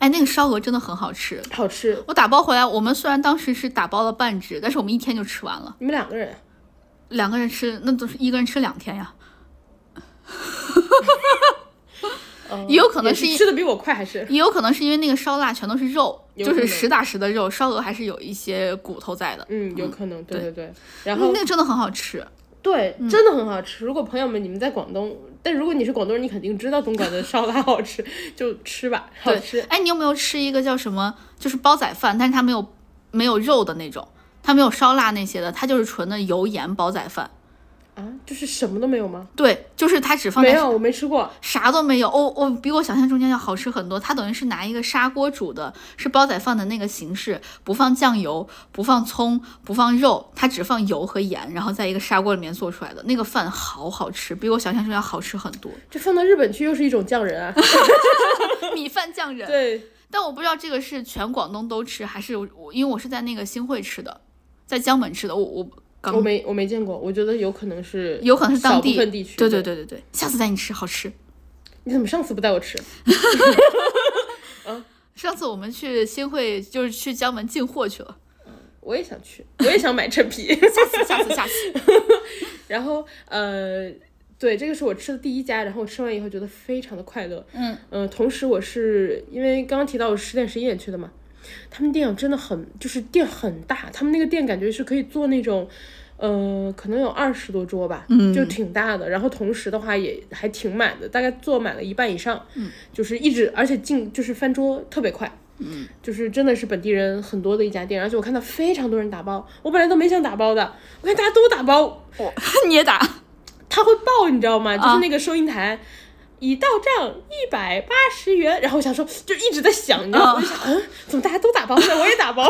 [SPEAKER 1] 哎，那个烧鹅真的很好吃。
[SPEAKER 2] 好吃。
[SPEAKER 1] 我打包回来，我们虽然当时是打包了半只，但是我们一天就吃完了，
[SPEAKER 2] 你们两个人，啊
[SPEAKER 1] 两个人吃那都是一个人吃两天呀。
[SPEAKER 2] 呃
[SPEAKER 1] 也有可能
[SPEAKER 2] 也
[SPEAKER 1] 是一
[SPEAKER 2] 吃的比我快，还是
[SPEAKER 1] 也有可能是因为那个烧腊全都是肉，
[SPEAKER 2] 有
[SPEAKER 1] 就
[SPEAKER 2] 可
[SPEAKER 1] 是
[SPEAKER 2] 能
[SPEAKER 1] 实打实的肉，烧鹅还是有一些骨头在的。
[SPEAKER 2] 嗯，有可能，对
[SPEAKER 1] 对
[SPEAKER 2] 对对。然后
[SPEAKER 1] 那个真的很好吃。
[SPEAKER 2] 对，
[SPEAKER 1] 嗯
[SPEAKER 2] 真的很好吃。如果朋友们你们在广东，但如果你是广东人，你肯定知道东莞的烧腊好吃， 就吃吧，好
[SPEAKER 1] 对
[SPEAKER 2] 吃。
[SPEAKER 1] 哎，你有没有吃一个叫什么，就是煲仔饭，但是它没有没有肉的那种，它没有烧腊那些的，它就是纯的油盐煲仔饭。
[SPEAKER 2] 啊，就是什么都没有吗？
[SPEAKER 1] 对，就是它只放
[SPEAKER 2] 没
[SPEAKER 1] 在
[SPEAKER 2] 有，我没吃过。
[SPEAKER 1] 啥都没有，哦，哦，比我想象中间要好吃很多。它等于是拿一个砂锅煮的，是煲仔饭的那个形式，不放酱油，不放葱，不放肉，它只放油和盐，然后在一个砂锅里面做出来的那个饭好好吃，比我想象中要好吃很多。
[SPEAKER 2] 这放到日本去又是一种匠 人啊。
[SPEAKER 1] 米饭酱人，
[SPEAKER 2] 对，
[SPEAKER 1] 但我不知道这个是全广东都吃，还是我因为我是在那个新会吃的，在江门吃的，我我刚
[SPEAKER 2] 我没我没见过，我觉得有可能是
[SPEAKER 1] 有可能是当
[SPEAKER 2] 少部分地区。
[SPEAKER 1] 对对，对对对，下次带你吃，好吃。
[SPEAKER 2] 你怎么上次不带我吃？
[SPEAKER 1] 上次我们去新会就是去江门进货去了，
[SPEAKER 2] 我也想去， 我也想买陈皮。
[SPEAKER 1] 下次下次下次。
[SPEAKER 2] 然后呃，对，这个是我吃的第一家，然后我吃完以后觉得非常的快乐。
[SPEAKER 1] 嗯
[SPEAKER 2] 呃，同时我是因为刚刚提到我十点十一点去的嘛，他们店真的很就是店很大，他们那个店感觉是可以做那种。呃，可能有二十多桌吧，嗯，就挺大的。然后同时的话也还挺满的，大概坐满了一半以上，嗯，就是一直而且进就是翻桌特别快，嗯，就是真的是本地人很多的一家店。而且我看到非常多人打包，我本来都没想打包的，我看大家都打包，
[SPEAKER 1] 你也打，
[SPEAKER 2] 他会报，你知道吗？就
[SPEAKER 1] 啊
[SPEAKER 2] 是那个收银台，已到账一百八十元。然后我想说，就一直在想，你知道吗？
[SPEAKER 1] 啊
[SPEAKER 2] 我就想，嗯，怎么大家都打包呢？我也打包。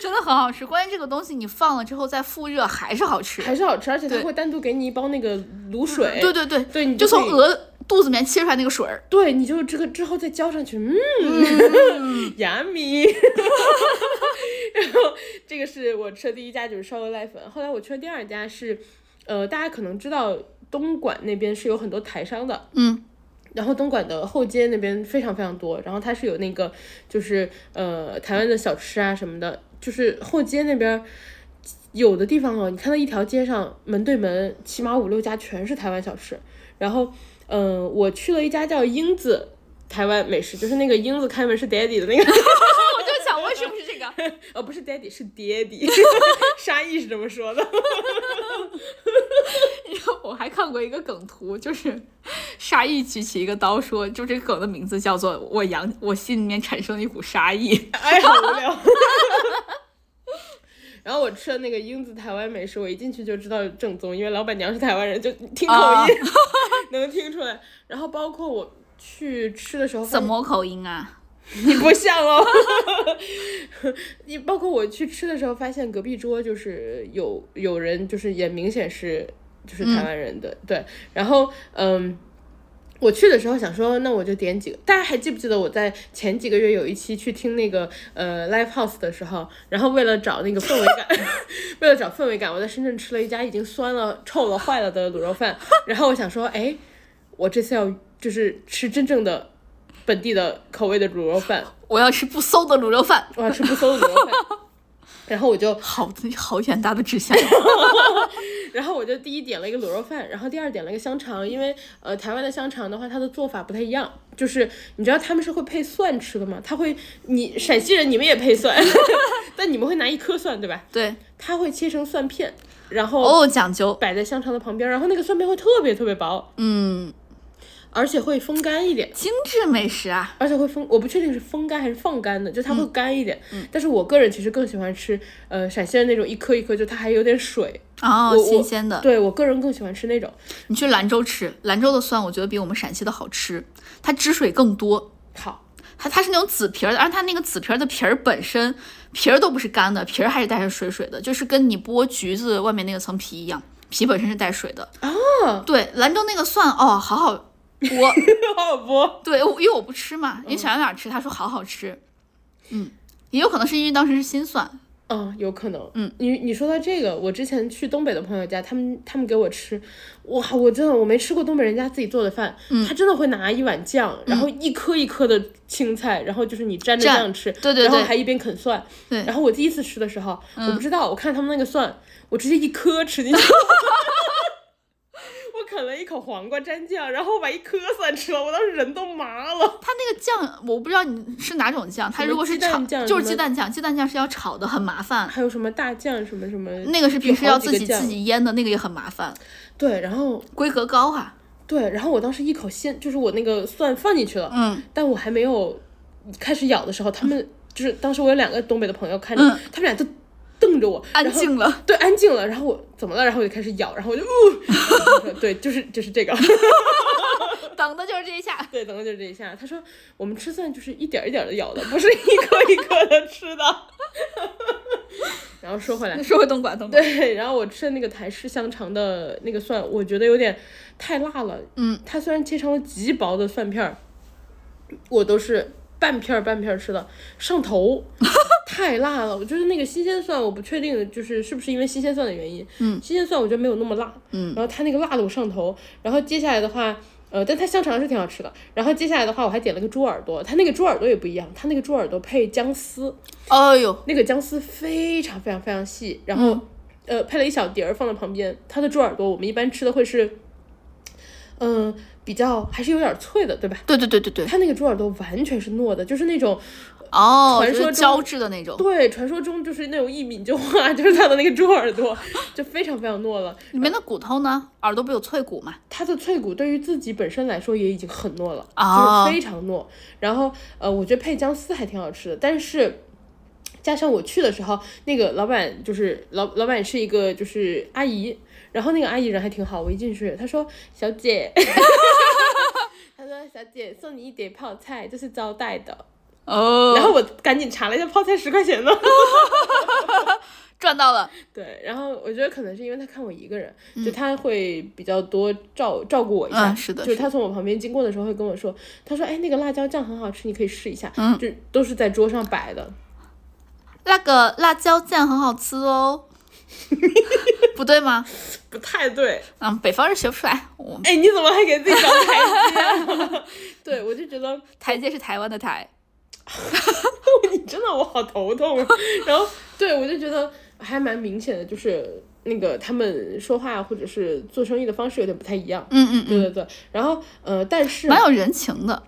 [SPEAKER 1] 真的很好吃。关键这个东西你放了之后再复热还是好吃。
[SPEAKER 2] 还是好吃，而且他
[SPEAKER 1] 对
[SPEAKER 2] 会单独给你一包那个卤水。
[SPEAKER 1] 对对对，
[SPEAKER 2] 对，你
[SPEAKER 1] 就
[SPEAKER 2] 可
[SPEAKER 1] 从
[SPEAKER 2] 以
[SPEAKER 1] 鹅肚子里面切出来那个水儿，
[SPEAKER 2] 对，你就这个之后再浇上去，嗯 ，yummy。然后这个是我吃的第一家，就是烧鹅濑粉。后来我去的第二家是，呃，大家可能知道东莞那边是有很多台商的，
[SPEAKER 1] 嗯。
[SPEAKER 2] 然后东莞的后街那边非常非常多，然后它是有那个就是呃台湾的小吃啊什么的，就是后街那边有的地方哦，你看到一条街上门对门起码五六家全是台湾小吃，然后嗯、呃我去了一家叫英子台湾美食，就是那个英子开门是 daddy 的那 个，
[SPEAKER 1] 我就想问是不是这 个？
[SPEAKER 2] 哦不是 daddy 是 daddy，沙溢是这么说的，
[SPEAKER 1] 我还看过一个梗图，就是沙溢举起一个刀说，就这个梗的名字叫做“我养我心里面产生了一股杀意
[SPEAKER 2] 哎，好无聊。 然后我吃的那个英子台湾美食，我一进去就知道正宗，因为老板娘是台湾人，就听口音、
[SPEAKER 1] 啊
[SPEAKER 2] 能听出来。然后包括我去吃的时候”，发现，
[SPEAKER 1] 怎么口音啊？
[SPEAKER 2] 你 不像哦？你包括我去吃的时候，发现隔壁桌就是有有人就是也明显是就是台湾人的、对。然后嗯，我去的时候想说，那我就点几个。大家还记不记得我在前几个月有一期去听那个呃 live house 的时候，然后为了找那个氛围感， 为了找氛围感，我在深圳吃了一家已经酸了、臭了、坏了的卤肉 饭。然后我想说，哎，我这次要就是吃真正的本地的口味的卤肉饭，
[SPEAKER 1] 我要吃不馊的卤肉饭，
[SPEAKER 2] 我要吃啊不馊的卤肉 饭。然后我就
[SPEAKER 1] 好好远大的志向。
[SPEAKER 2] 然后我就第一点了一个卤肉饭，然后第二点了一个香肠，因为呃台湾的香肠的话，它的做法不太一样，就是你知道他们是会配蒜吃的吗？他会，你陕西人你们也配蒜， 但你们会拿一颗蒜对吧？
[SPEAKER 1] 对，
[SPEAKER 2] 他会切成蒜片，然后
[SPEAKER 1] 哦，讲究，
[SPEAKER 2] 摆在香肠的旁边，然后那个蒜片会特别特别薄，
[SPEAKER 1] 嗯，
[SPEAKER 2] 而且会风干一点。
[SPEAKER 1] 精致美食啊，
[SPEAKER 2] 而且会风，我不确定是风干还是放干的，就它会干一点。
[SPEAKER 1] 嗯
[SPEAKER 2] 但是我个人其实更喜欢吃，呃，陕西人那种一颗一颗，就它还有点水。
[SPEAKER 1] 哦，
[SPEAKER 2] 我
[SPEAKER 1] 新鲜的。
[SPEAKER 2] 对我个人更喜欢吃那种。
[SPEAKER 1] 你去兰州吃，兰州的蒜我觉得比我们陕西的好吃，它汁水更多，
[SPEAKER 2] 好，
[SPEAKER 1] 它它是那种紫皮儿的，而它那个紫皮儿的皮儿本身皮儿都不是干的，皮儿还是带着水水的，就是跟你剥橘子外面那个层皮一样，皮本身是带水的。哦，对，兰州那个蒜哦，好好剥，
[SPEAKER 2] 好不？
[SPEAKER 1] 对，我因为我不吃嘛，因为小亮俩吃，他说好好吃，嗯，也有可能是因为当时是新蒜，
[SPEAKER 2] 嗯，有可能。
[SPEAKER 1] 嗯，
[SPEAKER 2] 你你说到这个，我之前去东北的朋友家，他们他们给我吃，哇，我真的我没吃过东北人家自己做的饭，他真的会拿一碗酱，然后一颗一颗的青菜，然后就是你沾着
[SPEAKER 1] 蘸
[SPEAKER 2] 酱吃，
[SPEAKER 1] 对对
[SPEAKER 2] 然后
[SPEAKER 1] 对
[SPEAKER 2] 还一边啃蒜。
[SPEAKER 1] 对
[SPEAKER 2] 然后我第一次吃的时候，我不知道，我看他们那个蒜，我直接一颗吃进去。 我啃了一口黄瓜蘸酱，然后我把一颗蒜吃了，我当时人都麻了。
[SPEAKER 1] 它那个酱我不知道你是哪种酱，它
[SPEAKER 2] 么
[SPEAKER 1] 如果是
[SPEAKER 2] 鸡蛋
[SPEAKER 1] 炒
[SPEAKER 2] 酱
[SPEAKER 1] 就是
[SPEAKER 2] 什么
[SPEAKER 1] 鸡蛋酱，鸡蛋酱是要炒的，很麻烦。
[SPEAKER 2] 还有什么大酱什么什么，
[SPEAKER 1] 那个是平时
[SPEAKER 2] 有
[SPEAKER 1] 要
[SPEAKER 2] 好几
[SPEAKER 1] 自
[SPEAKER 2] 个
[SPEAKER 1] 己
[SPEAKER 2] 酱
[SPEAKER 1] 自己腌的，那个也很麻烦，
[SPEAKER 2] 对，然后
[SPEAKER 1] 规格高啊。
[SPEAKER 2] 对，然后我当时一口鲜，就是我那个蒜放进去了，
[SPEAKER 1] 嗯，
[SPEAKER 2] 但我还没有开始咬的时候，他们就是当时我有两个东北的朋友看着，
[SPEAKER 1] 嗯
[SPEAKER 2] 他们俩都瞪着我，
[SPEAKER 1] 安
[SPEAKER 2] 然后
[SPEAKER 1] 静了。
[SPEAKER 2] 对，安静了。然后我怎么了？然后我就开始咬，然后我就， 呃、对，就是就是这个，
[SPEAKER 1] 等的就是这一下。
[SPEAKER 2] 对，等等就是这一下。他说我们吃蒜就是一点儿一点的咬的，不是一颗一颗的吃的。 然后说回 来，
[SPEAKER 1] 说回东莞，东莞
[SPEAKER 2] 对，然后我吃的那个台式香肠的那个蒜，我觉得有点太辣了。
[SPEAKER 1] 嗯，
[SPEAKER 2] 它虽然切成了极薄的蒜片儿，我都是半片儿半片儿吃的，上头，太辣了。我觉得那个新鲜蒜，我不确定就是是不是因为新鲜蒜的原因。
[SPEAKER 1] 嗯，
[SPEAKER 2] 新鲜蒜我觉得没有那么辣。
[SPEAKER 1] 嗯，
[SPEAKER 2] 然后它那个辣的我上头，然后接下来的话。呃，但它香肠是挺好吃的。然后接下来的话，我还点了个猪耳朵，它那个猪耳朵也不一样，它那个猪耳朵配姜丝，
[SPEAKER 1] 哎呦，
[SPEAKER 2] 那个姜丝非常非常非常细，然后、呃配了一小碟儿放在旁边。它的猪耳朵我们一般吃的会是，嗯、比较还是有点脆的，对吧？
[SPEAKER 1] 对对对对对，
[SPEAKER 2] 它那个猪耳朵完全是糯的，就是那种
[SPEAKER 1] 哦，
[SPEAKER 2] 传
[SPEAKER 1] 就
[SPEAKER 2] 说
[SPEAKER 1] 是
[SPEAKER 2] 中
[SPEAKER 1] 胶质的那种。
[SPEAKER 2] 对传说中就是那种一抿就化，啊就是它的那个猪耳朵就非常非常糯了。
[SPEAKER 1] 里面的骨头呢？耳朵不有脆骨嘛？
[SPEAKER 2] 它的脆骨对于自己本身来说也已经很糯了，
[SPEAKER 1] 哦
[SPEAKER 2] 就是非常糯。然后呃，我觉得配姜丝还挺好吃的，但是。加上我去的时候，那个老板就是老老板是一个就是阿姨，然后那个阿姨人还挺好。我一进去，她说：“小姐， 她说小姐送你一碟泡菜，这是招待的。”
[SPEAKER 1] 哦，
[SPEAKER 2] 然后我赶紧查了一下，泡菜十块钱呢。
[SPEAKER 1] 赚到了。
[SPEAKER 2] 对，然后我觉得可能是因为他看我一个人，就他会比较多照照顾我一下。
[SPEAKER 1] 嗯是的
[SPEAKER 2] 就是他从我旁边经过的时候会跟我说，他说：“哎，那个辣椒酱很好吃，你可以试一下。”
[SPEAKER 1] 嗯
[SPEAKER 2] 就都是在桌上摆的。
[SPEAKER 1] 那个辣椒酱很好吃 哦，不对吗？
[SPEAKER 2] 不太对，
[SPEAKER 1] 嗯，北方人学不出来，我们
[SPEAKER 2] 哎，你怎么还给自己找台阶、啊？ 对，我就觉得
[SPEAKER 1] 台阶是台湾的台。
[SPEAKER 2] 你真的我好头痛啊。 然后对我就觉得还蛮明显的，就是那个他们说话或者是做生意的方式有点不太一样。
[SPEAKER 1] 嗯嗯
[SPEAKER 2] 对对对，然后呃，但是
[SPEAKER 1] 蛮有人情的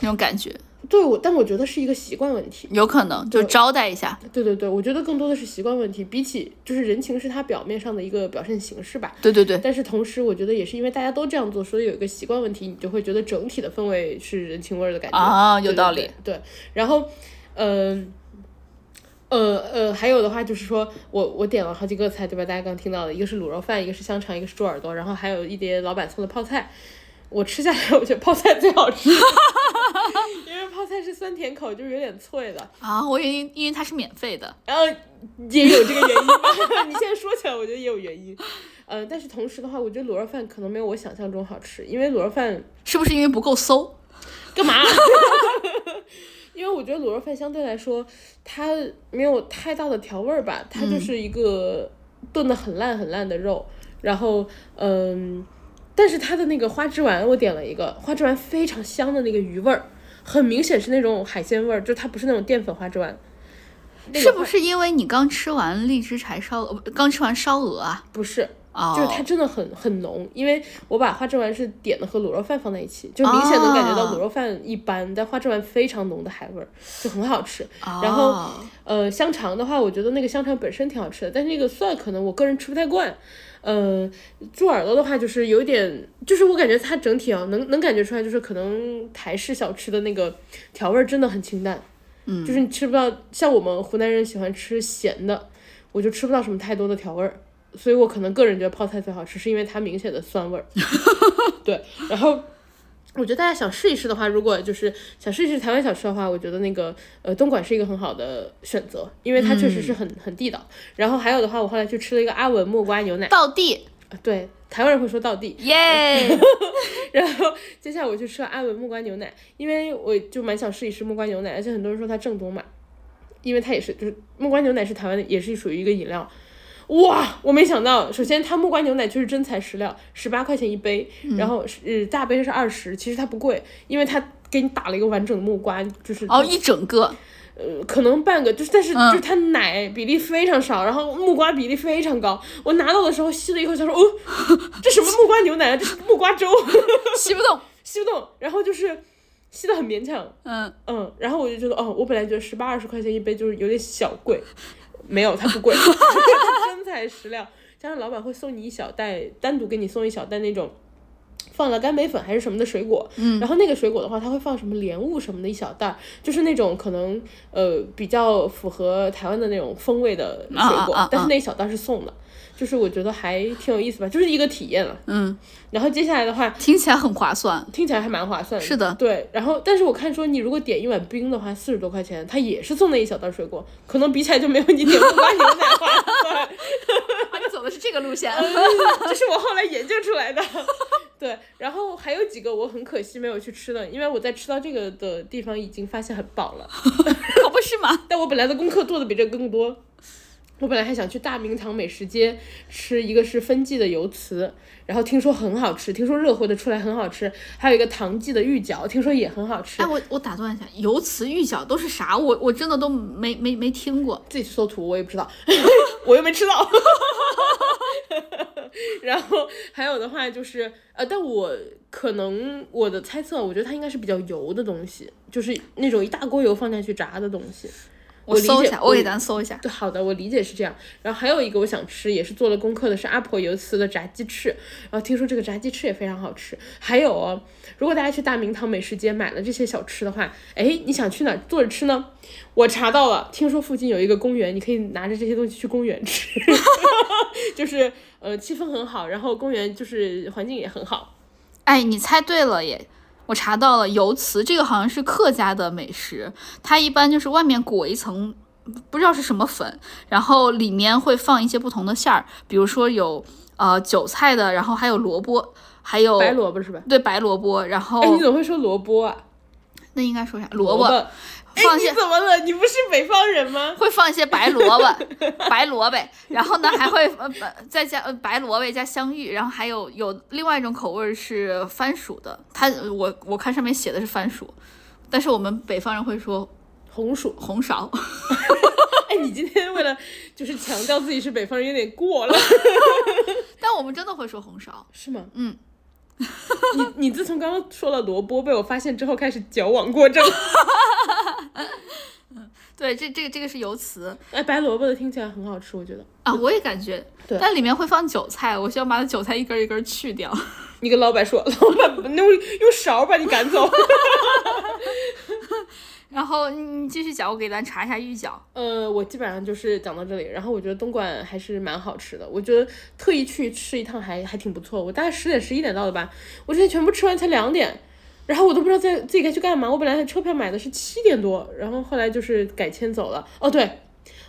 [SPEAKER 1] 那种感觉，
[SPEAKER 2] 对我，但我觉得是一个习惯问题。
[SPEAKER 1] 有可能就招待一下。
[SPEAKER 2] 对对对，我觉得更多的是习惯问题，比起就是人情是他表面上的一个表现形式吧。
[SPEAKER 1] 对对对，
[SPEAKER 2] 但是同时，我觉得也是因为大家都这样做，所以有一个习惯问题，你就会觉得整体的氛围是人情味儿的感觉
[SPEAKER 1] 啊有
[SPEAKER 2] 对对
[SPEAKER 1] 道
[SPEAKER 2] 对
[SPEAKER 1] 理
[SPEAKER 2] 对，然后，嗯、呃，呃还有的话就是说我我点了好几个菜，对吧？大家刚听到的，一个是卤肉饭，一个是香肠，一个是猪耳朵，然后还有一碟老板送的泡菜。我吃下来，我觉得泡菜最好吃， 因为泡菜是酸甜口，就是有点脆的。
[SPEAKER 1] 啊，我以为因为它是免费的，
[SPEAKER 2] 然后也有这个原因 吧。你现在说起来，我觉得也有原因。呃，但是同时的话，我觉得卤肉饭可能没有我想象中好吃，因为卤肉饭
[SPEAKER 1] 是不是因为不够馊？
[SPEAKER 2] 干嘛？ 因为我觉得卤肉饭相对来说，它没有太大的调味儿吧，它就是
[SPEAKER 1] 嗯
[SPEAKER 2] 一个炖的很烂很烂的肉，然后嗯，但是它的那个花枝丸我点了一个，花枝丸非常香的那个鱼味儿，很明显是那种海鲜味儿，就它不是那种淀粉花枝丸。那个
[SPEAKER 1] 是不
[SPEAKER 2] 花
[SPEAKER 1] 是因为你刚吃完荔枝柴烧鹅，呃刚吃完烧鹅啊？
[SPEAKER 2] 不是？
[SPEAKER 1] 哦，
[SPEAKER 2] 就是它真的很很浓，因为我把花枝丸是点的和卤肉饭放在一起，就明显能感觉到
[SPEAKER 1] 哦
[SPEAKER 2] 卤肉饭一般，但花枝丸非常浓的海味儿，就很好吃。然
[SPEAKER 1] 哦
[SPEAKER 2] 后呃，香肠的话，我觉得那个香肠本身挺好吃的，但是那个蒜可能我个人吃不太惯。呃，猪耳朵的话，就是有一点，就是我感觉它整体啊，能能感觉出来，就是可能台式小吃的那个调味儿真的很清淡，嗯，就是你吃不到像我们湖南人喜欢吃咸的，我就吃不到什么太多的调味儿，所以我可能个人觉得泡菜最好吃，是因为它明显的酸味儿，对，然后。我觉得大家想试一试的话，如果就是想试一试台湾小吃的话，我觉得那个呃东莞是一个很好的选择，因为它确实是很、很地道。然后还有的话，我后来去吃了一个阿文木瓜牛奶，
[SPEAKER 1] 到地
[SPEAKER 2] 对，台湾人会说道地。
[SPEAKER 1] 耶！
[SPEAKER 2] 然后接下来我去吃了阿文木瓜牛奶，因为我就蛮想试一试木瓜牛奶，而且很多人说它正宗嘛，因为它也是就是木瓜牛奶是台湾的，也是属于一个饮料。哇，我没想到，首先它木瓜牛奶就是真材实料，十八块钱一杯，然后是、呃大杯是二十，其实它不贵，因为它给你打了一个完整的木瓜，就是
[SPEAKER 1] 哦，一整个
[SPEAKER 2] 呃，可能半个，就是但是就是它奶比例非常少，然后木瓜比例非常高。我拿到的时候吸了一口，想说哦，这什么木瓜牛奶啊，这是木瓜粥，
[SPEAKER 1] 吸不动，
[SPEAKER 2] 吸不动。然后就是吸的很勉强，
[SPEAKER 1] 嗯，
[SPEAKER 2] 嗯，然后我就觉得哦，我本来觉得十八二十块钱一杯就是有点小贵， 没有，它不贵， 真材实料。加上老板会送你一小袋，单独给你送一小袋那种。放了甘梅粉还是什么的水果，嗯，然后那个水果的话，它会放什么莲雾什么的一小袋儿，就是那种可能呃比较符合台湾的那种风味的水
[SPEAKER 1] 啊啊
[SPEAKER 2] 果，
[SPEAKER 1] 啊啊
[SPEAKER 2] 但是那一小袋儿是送的，就是我觉得还挺有意思吧，就是一个体验了，
[SPEAKER 1] 嗯。
[SPEAKER 2] 然后接下来的话，
[SPEAKER 1] 听起来很划算。
[SPEAKER 2] 听起来还蛮划算的。
[SPEAKER 1] 是的
[SPEAKER 2] 对。然后，但是我看说你如果点一碗冰的话，四十多块钱，它也是送那一小袋水果，可能比起来就没有你点木瓜牛奶划算。
[SPEAKER 1] 啊，你走的是这个路线，
[SPEAKER 2] 这是我后来研究出来的。 对，然后还有几个我很可惜没有去吃的，因为我在吃到这个的地方已经发现很饱了，
[SPEAKER 1] 可不是吗？
[SPEAKER 2] 但我本来的功课做的比这个更多。我本来还想去大明堂美食街吃一个是分记的油糍，然后听说很好吃，听说热乎的出来很好吃，还有一个唐记的芋饺，听说也很好吃
[SPEAKER 1] 哎，。我我打断一下，油糍、芋饺都是啥？我我真的都没没没听过。
[SPEAKER 2] 自己去搜图，我也不知道， 我又没吃到。 然后还有的话就是，呃，但我可能我的猜测，我觉得它应该是比较油的东西，就是那种一大锅油放下去炸的东西。我理解
[SPEAKER 1] 搜一下，我给
[SPEAKER 2] 嗯
[SPEAKER 1] 咱搜一下。
[SPEAKER 2] 对，好的，我理解是这样。然后还有一个我想吃，也是做了功课的，是阿婆油丝的炸鸡翅。然后听说这个炸鸡翅也非常好吃。还有哦，如果大家去大明堂美食街买了这些小吃的话，哎，你想去哪儿坐着吃呢？我查到了，听说附近有一个公园，你可以拿着这些东西去公园 吃，就是呃气氛很好，然后公园就是环境也很好。
[SPEAKER 1] 哎，你猜对了耶！我查到了油糍，这个好像是客家的美食，它一般就是外面裹一层不知道是什么粉，然后里面会放一些不同的馅儿，比如说有呃韭菜的，然后还有萝卜，还有
[SPEAKER 2] 白萝卜是吧？
[SPEAKER 1] 对白萝卜，然后
[SPEAKER 2] 哎，你怎么会说萝卜啊？
[SPEAKER 1] 那应该说啥？萝
[SPEAKER 2] 卜。
[SPEAKER 1] 卜
[SPEAKER 2] 哎，
[SPEAKER 1] 放一些
[SPEAKER 2] 你怎么了？你不是北方人吗？
[SPEAKER 1] 会放一些白萝卜， 白萝卜，然后呢还会呃呃再加呃白萝卜加香芋，然后还有有另外一种口味是番薯的，它我我看上面写的是番薯，但是我们北方人会说
[SPEAKER 2] 红薯。
[SPEAKER 1] 红苕，
[SPEAKER 2] 哎，你今天为了就是强调自己是北方人，有点过了，
[SPEAKER 1] 但我们真的会说红苕。
[SPEAKER 2] 是吗？
[SPEAKER 1] 嗯。
[SPEAKER 2] 你你自从刚刚说了萝卜被我发现之后，开始矫枉过正。
[SPEAKER 1] 对，这这个这个是油糍
[SPEAKER 2] 哎，白萝卜的听起来很好吃，我觉得。
[SPEAKER 1] 啊，我也感觉，
[SPEAKER 2] 对
[SPEAKER 1] 但里面会放韭菜，我需要把韭菜一根儿一根儿去掉。
[SPEAKER 2] 你 跟老板说，老板那用用勺把你赶走。
[SPEAKER 1] 然后你继续讲，我给咱查一下预饺。
[SPEAKER 2] 呃，我基本上就是讲到这里。然后我觉得东莞还是蛮好吃的，我觉得特意去吃一趟还还挺不错。我大概十点十一点到的吧，我之前全部吃完才两点，然后我都不知道在自己该去干嘛。我本来车票买的是七点多，然后后来就是改签走了。哦，对，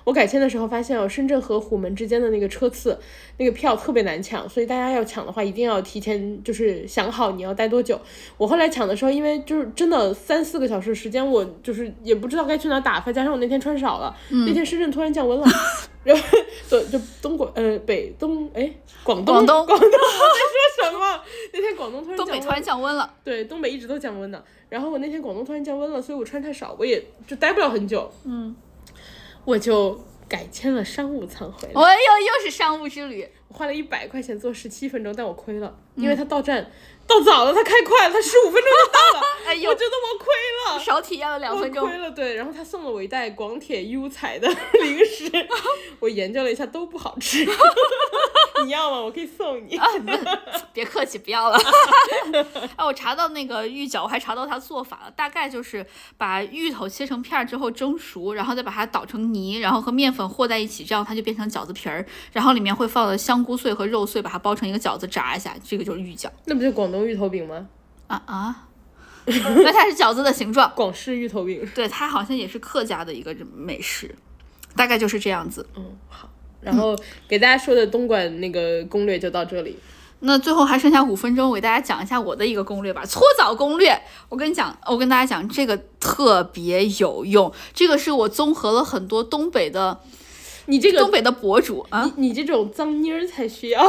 [SPEAKER 2] 我改签的时候发现哦，深圳和虎门之间的那个车次，那个票特别难抢，所以大家要抢的话，一定要提前就是想好你要待多久。我后来抢的时候，因为就是真的三四个小时时间，我就是也不知道该去哪儿打发，加上我那天穿少了，
[SPEAKER 1] 嗯
[SPEAKER 2] 那天深圳突然 降温了，然后就就东莞呃北东哎广东
[SPEAKER 1] 广东
[SPEAKER 2] 广东我在说什么？那天广东突然
[SPEAKER 1] 东
[SPEAKER 2] 降
[SPEAKER 1] 北
[SPEAKER 2] 温
[SPEAKER 1] 突然降温了，
[SPEAKER 2] 对，东北一直都降温的。然后我那天广东突然降温了，所以我穿太少，我也就待不了很久。嗯，我就改签了商务舱回来。
[SPEAKER 1] 我又哎又是商务之旅，。
[SPEAKER 2] 我花了一百块钱坐十七分钟，但我亏了，因为他到站、到早了，他开快了，他十五分钟就到了
[SPEAKER 1] 哎呦
[SPEAKER 2] 我觉得我亏了。
[SPEAKER 1] 少体验了两
[SPEAKER 2] 我
[SPEAKER 1] 分钟
[SPEAKER 2] 亏。了，对，然后他送了我一袋广铁优彩的 零 食，我研究了一下都不好吃，你要吗？我可以送
[SPEAKER 1] 啊
[SPEAKER 2] 你。
[SPEAKER 1] 别客气，不要了。 哎，我查到那个芋饺，我还查到它做法了，大概就是把芋头切成片儿之后蒸熟，然后再把它捣成泥，然后和面粉和在一起，这样它就变成饺子皮儿。然后里面会放了香菇碎和肉碎，把它包成一个饺子炸一下，这个就是芋饺
[SPEAKER 2] 那不就广东芋头饼吗？
[SPEAKER 1] 啊啊！ 那它是饺子的形状，
[SPEAKER 2] 广式芋头饼。
[SPEAKER 1] 对，它好像也是客家的一个美食，大概就是这样子。
[SPEAKER 2] 嗯，好。然后给大家说的东莞那个攻略就到这里。
[SPEAKER 1] 那最后还剩下五分钟，我给大家讲一下我的一个攻略吧，搓澡攻略。我跟你讲，我跟大家讲，这个特别有用，这个是我综合了很多东北的
[SPEAKER 2] 你这
[SPEAKER 1] 东
[SPEAKER 2] 个，
[SPEAKER 1] 北的博主啊，
[SPEAKER 2] 你这种脏妮儿才需要。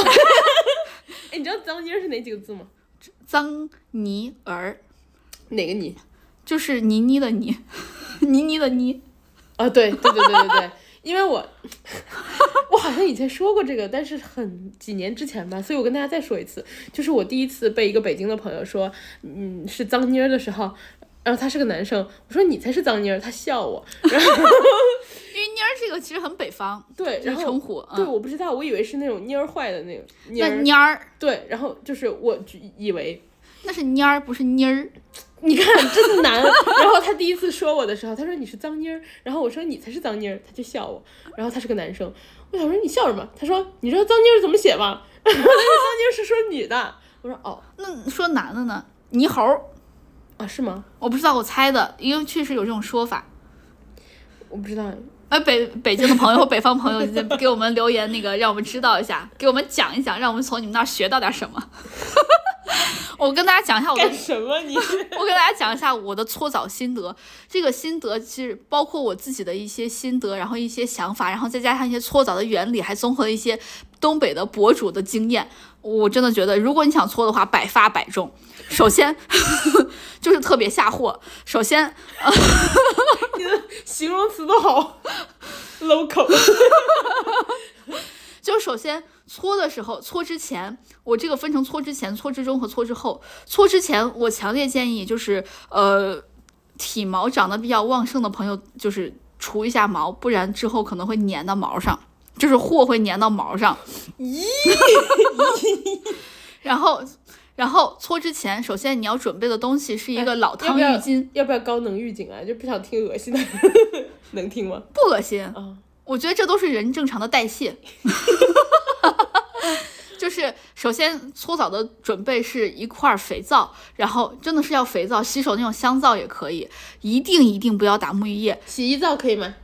[SPEAKER 2] 哎，你知道脏妮儿是哪几个字吗？
[SPEAKER 1] 脏泥儿，
[SPEAKER 2] 哪个你？
[SPEAKER 1] 就是泥泥的 泥，泥泥的泥。
[SPEAKER 2] 啊，对对对对对对，因为我 我好像以前说过这个，但是很几年之前吧，所以我跟大家再说一次，就是我第一次被一个北京的朋友说，嗯，是脏妮儿的时候，然后他是个男生，我说你才是脏妮儿，他笑我，然后
[SPEAKER 1] 因为妮儿这个其实很北方，
[SPEAKER 2] 对，
[SPEAKER 1] 这
[SPEAKER 2] 然
[SPEAKER 1] 个
[SPEAKER 2] 后
[SPEAKER 1] 称呼
[SPEAKER 2] 对，
[SPEAKER 1] 啊。
[SPEAKER 2] 我不知道，我以为是那种蔫儿坏嗯的那种蔫
[SPEAKER 1] 那
[SPEAKER 2] 儿，
[SPEAKER 1] 蔫儿，
[SPEAKER 2] 对，然后就是我就以为，
[SPEAKER 1] 那是蔫儿，不是妮儿。
[SPEAKER 2] 你看真难。然后他第一次说我的时候，他说你是脏妮儿，然后我说你才是脏妮儿，他就笑我。然后他是个男生，我想说你笑什么？他说你知道脏妮儿怎么写吗？ 他说脏妮儿是说女的。我说哦
[SPEAKER 1] 那说男的呢？泥猴儿，
[SPEAKER 2] 啊是吗？
[SPEAKER 1] 我不知道，我猜的，因为确实有这种说法。
[SPEAKER 2] 我不知道。
[SPEAKER 1] 哎，北北京的朋友或北方朋友给我们留言，那个让我们知道一下，给我们讲一讲，让我们从你们那儿学到点什么。 我跟大家讲一下我的
[SPEAKER 2] 干什么你？
[SPEAKER 1] 我给大家讲一下我的搓澡心得。这个心得其实包括我自己的一些心得，然后一些想法，然后再加上一些搓澡的原理，还综合了一些东北的博主的经验。我真的觉得，如果你想搓的话，百发百中。首先 就是特别下货。首先，
[SPEAKER 2] 你的 形容词都好 local。
[SPEAKER 1] 就首先搓的时候，搓之前，我这个分成搓之前、搓之中和搓之后。搓之前，我强烈建议就是，呃，体毛长得比较旺盛的朋友，就是除一下毛，不然之后可能会粘到毛上，就是货会粘到毛上。 然后，然后搓之前，首先你要准备的东西是一个老
[SPEAKER 2] 哎要
[SPEAKER 1] 汤
[SPEAKER 2] 不
[SPEAKER 1] 浴
[SPEAKER 2] 要
[SPEAKER 1] 巾，
[SPEAKER 2] 要不要高能预警啊？就不想听恶心的， 能听吗？
[SPEAKER 1] 不恶心，
[SPEAKER 2] 啊，
[SPEAKER 1] 我觉得这都是人正常的代谢。 就是首先搓澡的准备是一块肥皂，然后真的是要肥皂，洗手那种香皂也可以，一定一定不要打沐浴液。
[SPEAKER 2] 洗衣皂可以吗？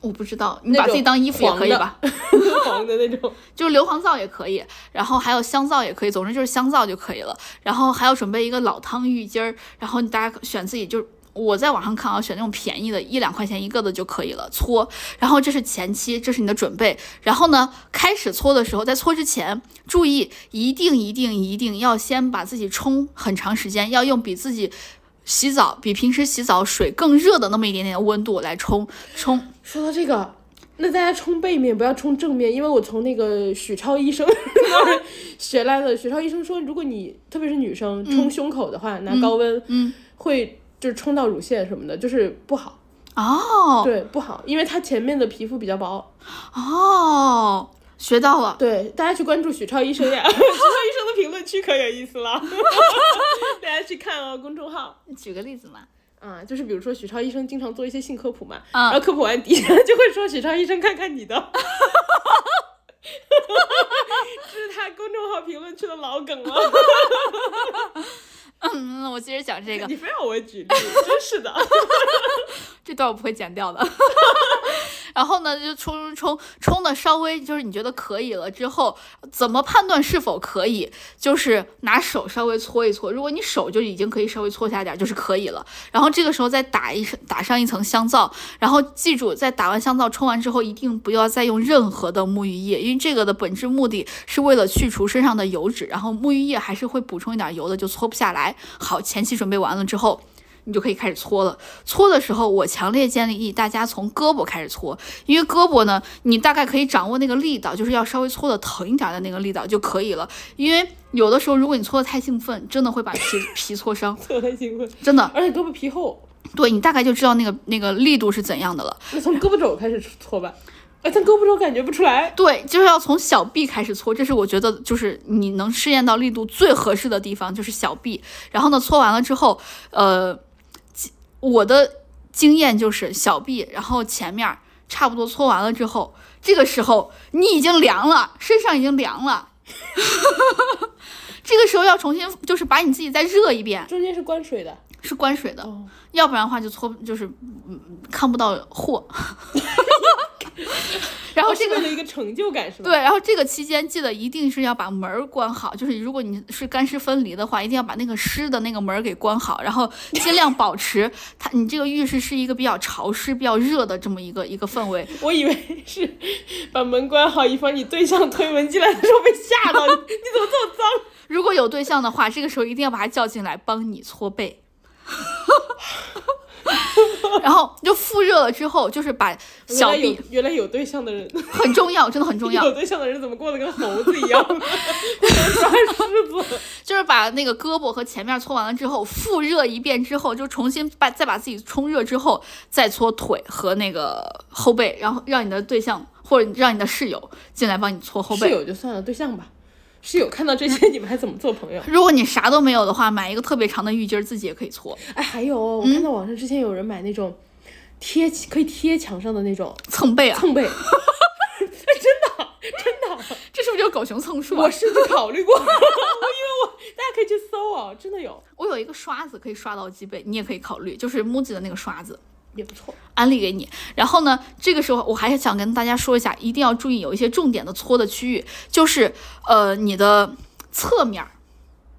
[SPEAKER 1] 我不知道，你
[SPEAKER 2] 那
[SPEAKER 1] 把自己
[SPEAKER 2] 种
[SPEAKER 1] 当衣服也
[SPEAKER 2] 黄
[SPEAKER 1] 可以
[SPEAKER 2] 的
[SPEAKER 1] 吧，
[SPEAKER 2] 黄的那种。
[SPEAKER 1] 就是硫磺皂也可以，然后还有香皂也可以，总之就是香皂就可以了。然后还要准备一个老汤浴巾儿，然后你大家选自己就是。我在网上看啊，选那种便宜的，一两块钱一个的就可以了，搓。然后这是前期，这是你的准备。然后呢，开始搓的时候，在搓之前，注意一定一定一定要先把自己冲很长时间，要用比自己洗澡比平时洗澡水更热的那么一点点的温度来冲冲。
[SPEAKER 2] 说到这个，那大家冲背面不要冲正面，因为我从那个许超医生 那儿学来的。许超医生说，如果你特别是女生冲胸口的话，拿高温，
[SPEAKER 1] 嗯
[SPEAKER 2] 会就是冲到乳腺什么的，就是不好。
[SPEAKER 1] 哦
[SPEAKER 2] 对，不好，因为它前面的皮肤比较薄。
[SPEAKER 1] 哦，学到了。
[SPEAKER 2] 对，大家去关注许超医生呀，许超医生 的评论区可有意思了，大家去看哦，公众号。
[SPEAKER 1] 举个例子嘛，
[SPEAKER 2] 啊，就是比如说许超医生经常做一些性科普嘛，
[SPEAKER 1] 啊
[SPEAKER 2] 然后科普完底下就会说许超医生看看你的， 这是他公众号评论区的老梗了。
[SPEAKER 1] 嗯，那我接着讲这个，
[SPEAKER 2] 你非要我举例，真是的。
[SPEAKER 1] 这段我不会剪掉的。 然后呢，就冲冲冲冲的稍微就是你觉得可以了之后，怎么判断是否可以？就是拿手稍微搓一搓，如果你手就已经可以稍微搓下点儿，就是可以了。然后这个时候再打一打上一层香皂，然后记住，在打完香皂冲完之后，一定不要再用任何的沐浴液，因为这个的本质目的是为了去除身上的油脂，然后沐浴液还是会补充一点油的，就搓不下来。好，前期准备完了之后。你就可以开始搓了。搓的时候，我强烈建议大家从胳膊开始搓，因为胳膊呢，你大概可以掌握那个力道，就是要稍微搓的疼一点的那个力道就可以了。因为有的时候，如果你搓的太兴奋，真的会把皮 皮搓伤，
[SPEAKER 2] 特别兴奋，
[SPEAKER 1] 真的。
[SPEAKER 2] 而且胳膊皮厚，
[SPEAKER 1] 对你大概就知道那个那个力度是怎样的了。
[SPEAKER 2] 那从胳膊肘开始搓吧。哎，但胳膊肘感觉不出来。
[SPEAKER 1] 对，就是要从小臂开始搓，这是我觉得就是你能试验到力度最合适的地方，就是小臂。然后呢，搓完了之后，呃，其我的经验就是小臂，然后前面儿差不多搓完了之后，这个时候你已经凉了，身上已经凉了。 这个时候要重新就是把你自己再热一遍，
[SPEAKER 2] 中间是灌水的，
[SPEAKER 1] 是关水的，
[SPEAKER 2] 哦
[SPEAKER 1] 要不然的话就搓就是嗯看不到货。 然后这
[SPEAKER 2] 是为哦了一个成就感是吧？
[SPEAKER 1] 对，然后这个期间记得一定是要把门儿关好， 就是如果你是干湿分离的话，一定要把那个湿的那个门儿给关好，然后尽量保持 它你这个浴室是一个比较潮湿、比较热的这么一个一个氛围。
[SPEAKER 2] 我以为是把门关好，以防你对象推门进来的时候被吓到。你你怎么这么脏？
[SPEAKER 1] 如果有对象的话，这个时候一定要把他叫进来帮你搓背。 然后就复热了之后，就是把小
[SPEAKER 2] 原来
[SPEAKER 1] 臂
[SPEAKER 2] 有原来有对象的人，
[SPEAKER 1] 很重要，真的很重要。
[SPEAKER 2] 有对象的人怎么过得跟猴子一 样？互相抓虱子。
[SPEAKER 1] 就是把那个胳膊和前面搓完了之后，复热一遍之后，就重新把再把自己冲热之后，再搓腿和那个后背，然后让你的对象或者让你的室友进来帮你搓后
[SPEAKER 2] 室
[SPEAKER 1] 背。
[SPEAKER 2] 友就算了，对象吧，室友看到这些，你 们还怎么做朋友？
[SPEAKER 1] 如果你啥都没有的话，买一个特别长的浴巾，自己也可以搓
[SPEAKER 2] 哎，还有我看到网上之前有人买那种贴可以贴墙上的那种
[SPEAKER 1] 蹭背啊。
[SPEAKER 2] 蹭背，哎，真的真的，
[SPEAKER 1] 这是不是就狗熊蹭树、啊
[SPEAKER 2] 我？甚至考虑过， 我因为我大家可以去搜啊，真的有，
[SPEAKER 1] 我有一个刷子可以刷到脊背，你也可以考虑，就是 MUJI 的那个刷子。
[SPEAKER 2] 也不错。
[SPEAKER 1] 安利给你。然后呢，这个时候我还想跟大家说一下，一定要注意有一些重点的搓的区域，就是呃你的侧面儿，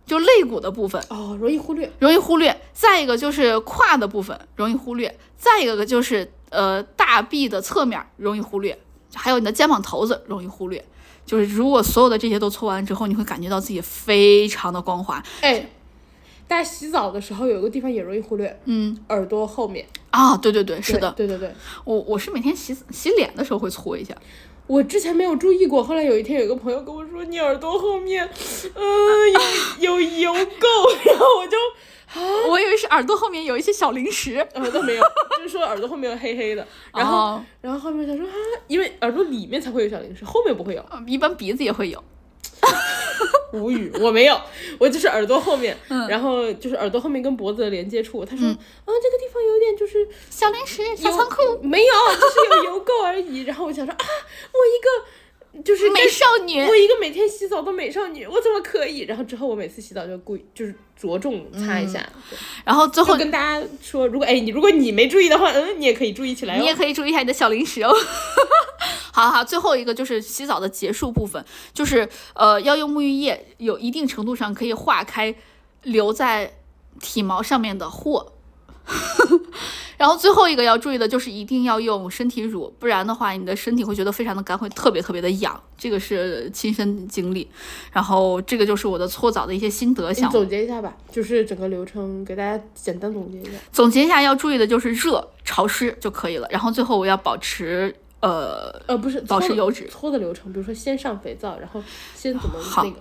[SPEAKER 1] 就肋骨的部分
[SPEAKER 2] 哦，容易忽略，
[SPEAKER 1] 容易忽略；再一个就是胯的部分容易忽略；再一个就是呃大臂的侧面儿容易忽略，还有你的肩膀头子容易忽略。就是如果所有的这些都搓完之后，你会感觉到自己非常的光滑。
[SPEAKER 2] 哎。大家洗澡的时候有一个地方也容易忽略，
[SPEAKER 1] 嗯，
[SPEAKER 2] 耳朵后面。
[SPEAKER 1] 啊，对对对，是
[SPEAKER 2] 对
[SPEAKER 1] 的，
[SPEAKER 2] 对对对，
[SPEAKER 1] 我我是每天洗洗脸的时候会搓一下。
[SPEAKER 2] 我之前没有注意过，后来有一天有一个朋友跟我说你耳朵后面，嗯、有有油垢， 然后我就
[SPEAKER 1] 我以为是耳朵后面有一些小零食。
[SPEAKER 2] 耳朵没有， 就是说耳朵后面黑黑的，然后、
[SPEAKER 1] 哦
[SPEAKER 2] 然后后面他说啊，因为耳朵里面才会有小零食，后面不会有。
[SPEAKER 1] 嗯一般鼻子也会有。
[SPEAKER 2] 无语，我没有， 我就是耳朵后面，
[SPEAKER 1] 嗯
[SPEAKER 2] 然后就是耳朵后面跟脖子的连接处。他说、啊，这个地方有点就是
[SPEAKER 1] 小零食、嗯小
[SPEAKER 2] 有
[SPEAKER 1] 仓库，
[SPEAKER 2] 没有，就是有油垢而已。然后我想说啊，我一个就是
[SPEAKER 1] 美少女
[SPEAKER 2] 我一个每天洗澡的美少女，我怎么可以？然后之后我每次洗澡就故意就是着重擦一下，
[SPEAKER 1] 嗯
[SPEAKER 2] 对
[SPEAKER 1] 然后最后
[SPEAKER 2] 就跟大家说，如果哎你如果你没注意的话，嗯，你也可以注意起来、哦。
[SPEAKER 1] 你也可以注意一下你的小零食哦。 好好，最后一个就是洗澡的结束部分，就是呃要用沐浴液，有一定程度上可以化开留在体毛上面的货。 然后最后一个要注意的就是一定要用身体乳，不然的话你的身体会觉得非常的干，会特别特别的痒。这个是亲身经历，然后这个就是我的搓澡的一些心得
[SPEAKER 2] 哦你
[SPEAKER 1] 想
[SPEAKER 2] 总结一下吧，就是整个流程给大家简单总结一下。
[SPEAKER 1] 总结一下要注意的就是热、潮湿就可以了。然后最后我要保持呃，
[SPEAKER 2] 呃，不是
[SPEAKER 1] 保持
[SPEAKER 2] 搓的
[SPEAKER 1] 油脂
[SPEAKER 2] 搓的流程，比如说先上肥皂，然后先怎么
[SPEAKER 1] 好
[SPEAKER 2] 那个，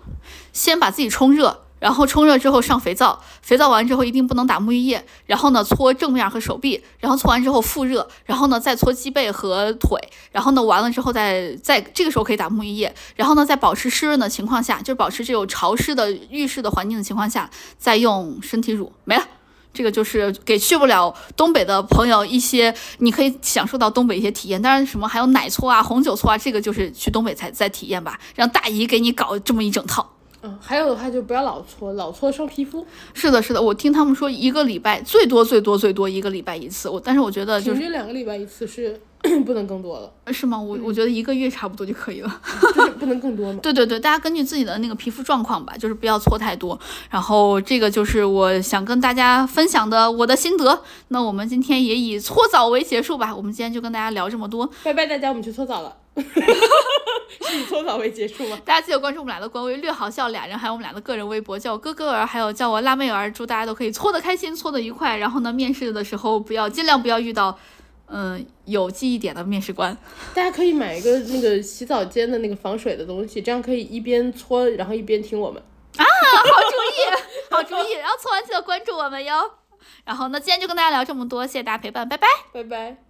[SPEAKER 1] 先把自己冲热，然后冲热之后上肥皂，肥皂完之后一定不能打沐浴液，然后呢搓正面和手臂，然后搓完之后复热，然后呢再搓脊背和腿，然后呢完了之后再再这个时候可以打沐浴液，然后呢在保持湿润的情况下，就是保持这种潮湿的浴室的环境的情况下，再用身体乳没了。这个就是给去不了东北的朋友一些，你可以享受到东北一些体验。当然，什么还有奶搓啊、红酒搓啊，这个就是去东北才再体验吧。让大姨给你搞这么一整套。
[SPEAKER 2] 嗯，还有的话就不要老搓，老搓伤皮肤，
[SPEAKER 1] 是的，是的，我听他们说一个礼拜最多最多最多一个礼拜一次。我但是我觉得就
[SPEAKER 2] 平
[SPEAKER 1] 是
[SPEAKER 2] 均两个礼拜一次是 不能更多了，
[SPEAKER 1] 是吗？我我觉得一个月差不多就可以了。
[SPEAKER 2] 就是不能更多嘛。
[SPEAKER 1] 对对对，大家根据自己的那个皮肤状况吧，就是不要搓太多。然后这个就是我想跟大家分享的我的心得。那我们今天也以搓澡为结束吧。我们今天就跟大家聊这么多，
[SPEAKER 2] 拜拜，大家，我们去搓澡了。 是以搓澡为结束吗？
[SPEAKER 1] 大家记得关注我们俩的官微“略好笑俩人”，还有我们俩的个人微博，叫我哥哥儿，还有叫我辣妹儿。祝大家都可以搓得开心，搓得愉快。然后呢，面试的时候不要尽量不要遇到。嗯，有记忆点的面试官，
[SPEAKER 2] 大家可以买一个那个洗澡间的那个防水的东西，这样可以一边搓，然后一边听我们。
[SPEAKER 1] 哦好主意。然后搓完记得关注我们哟。然后呢，今天就跟大家聊这么多，谢谢大家陪伴，拜拜。
[SPEAKER 2] 拜拜。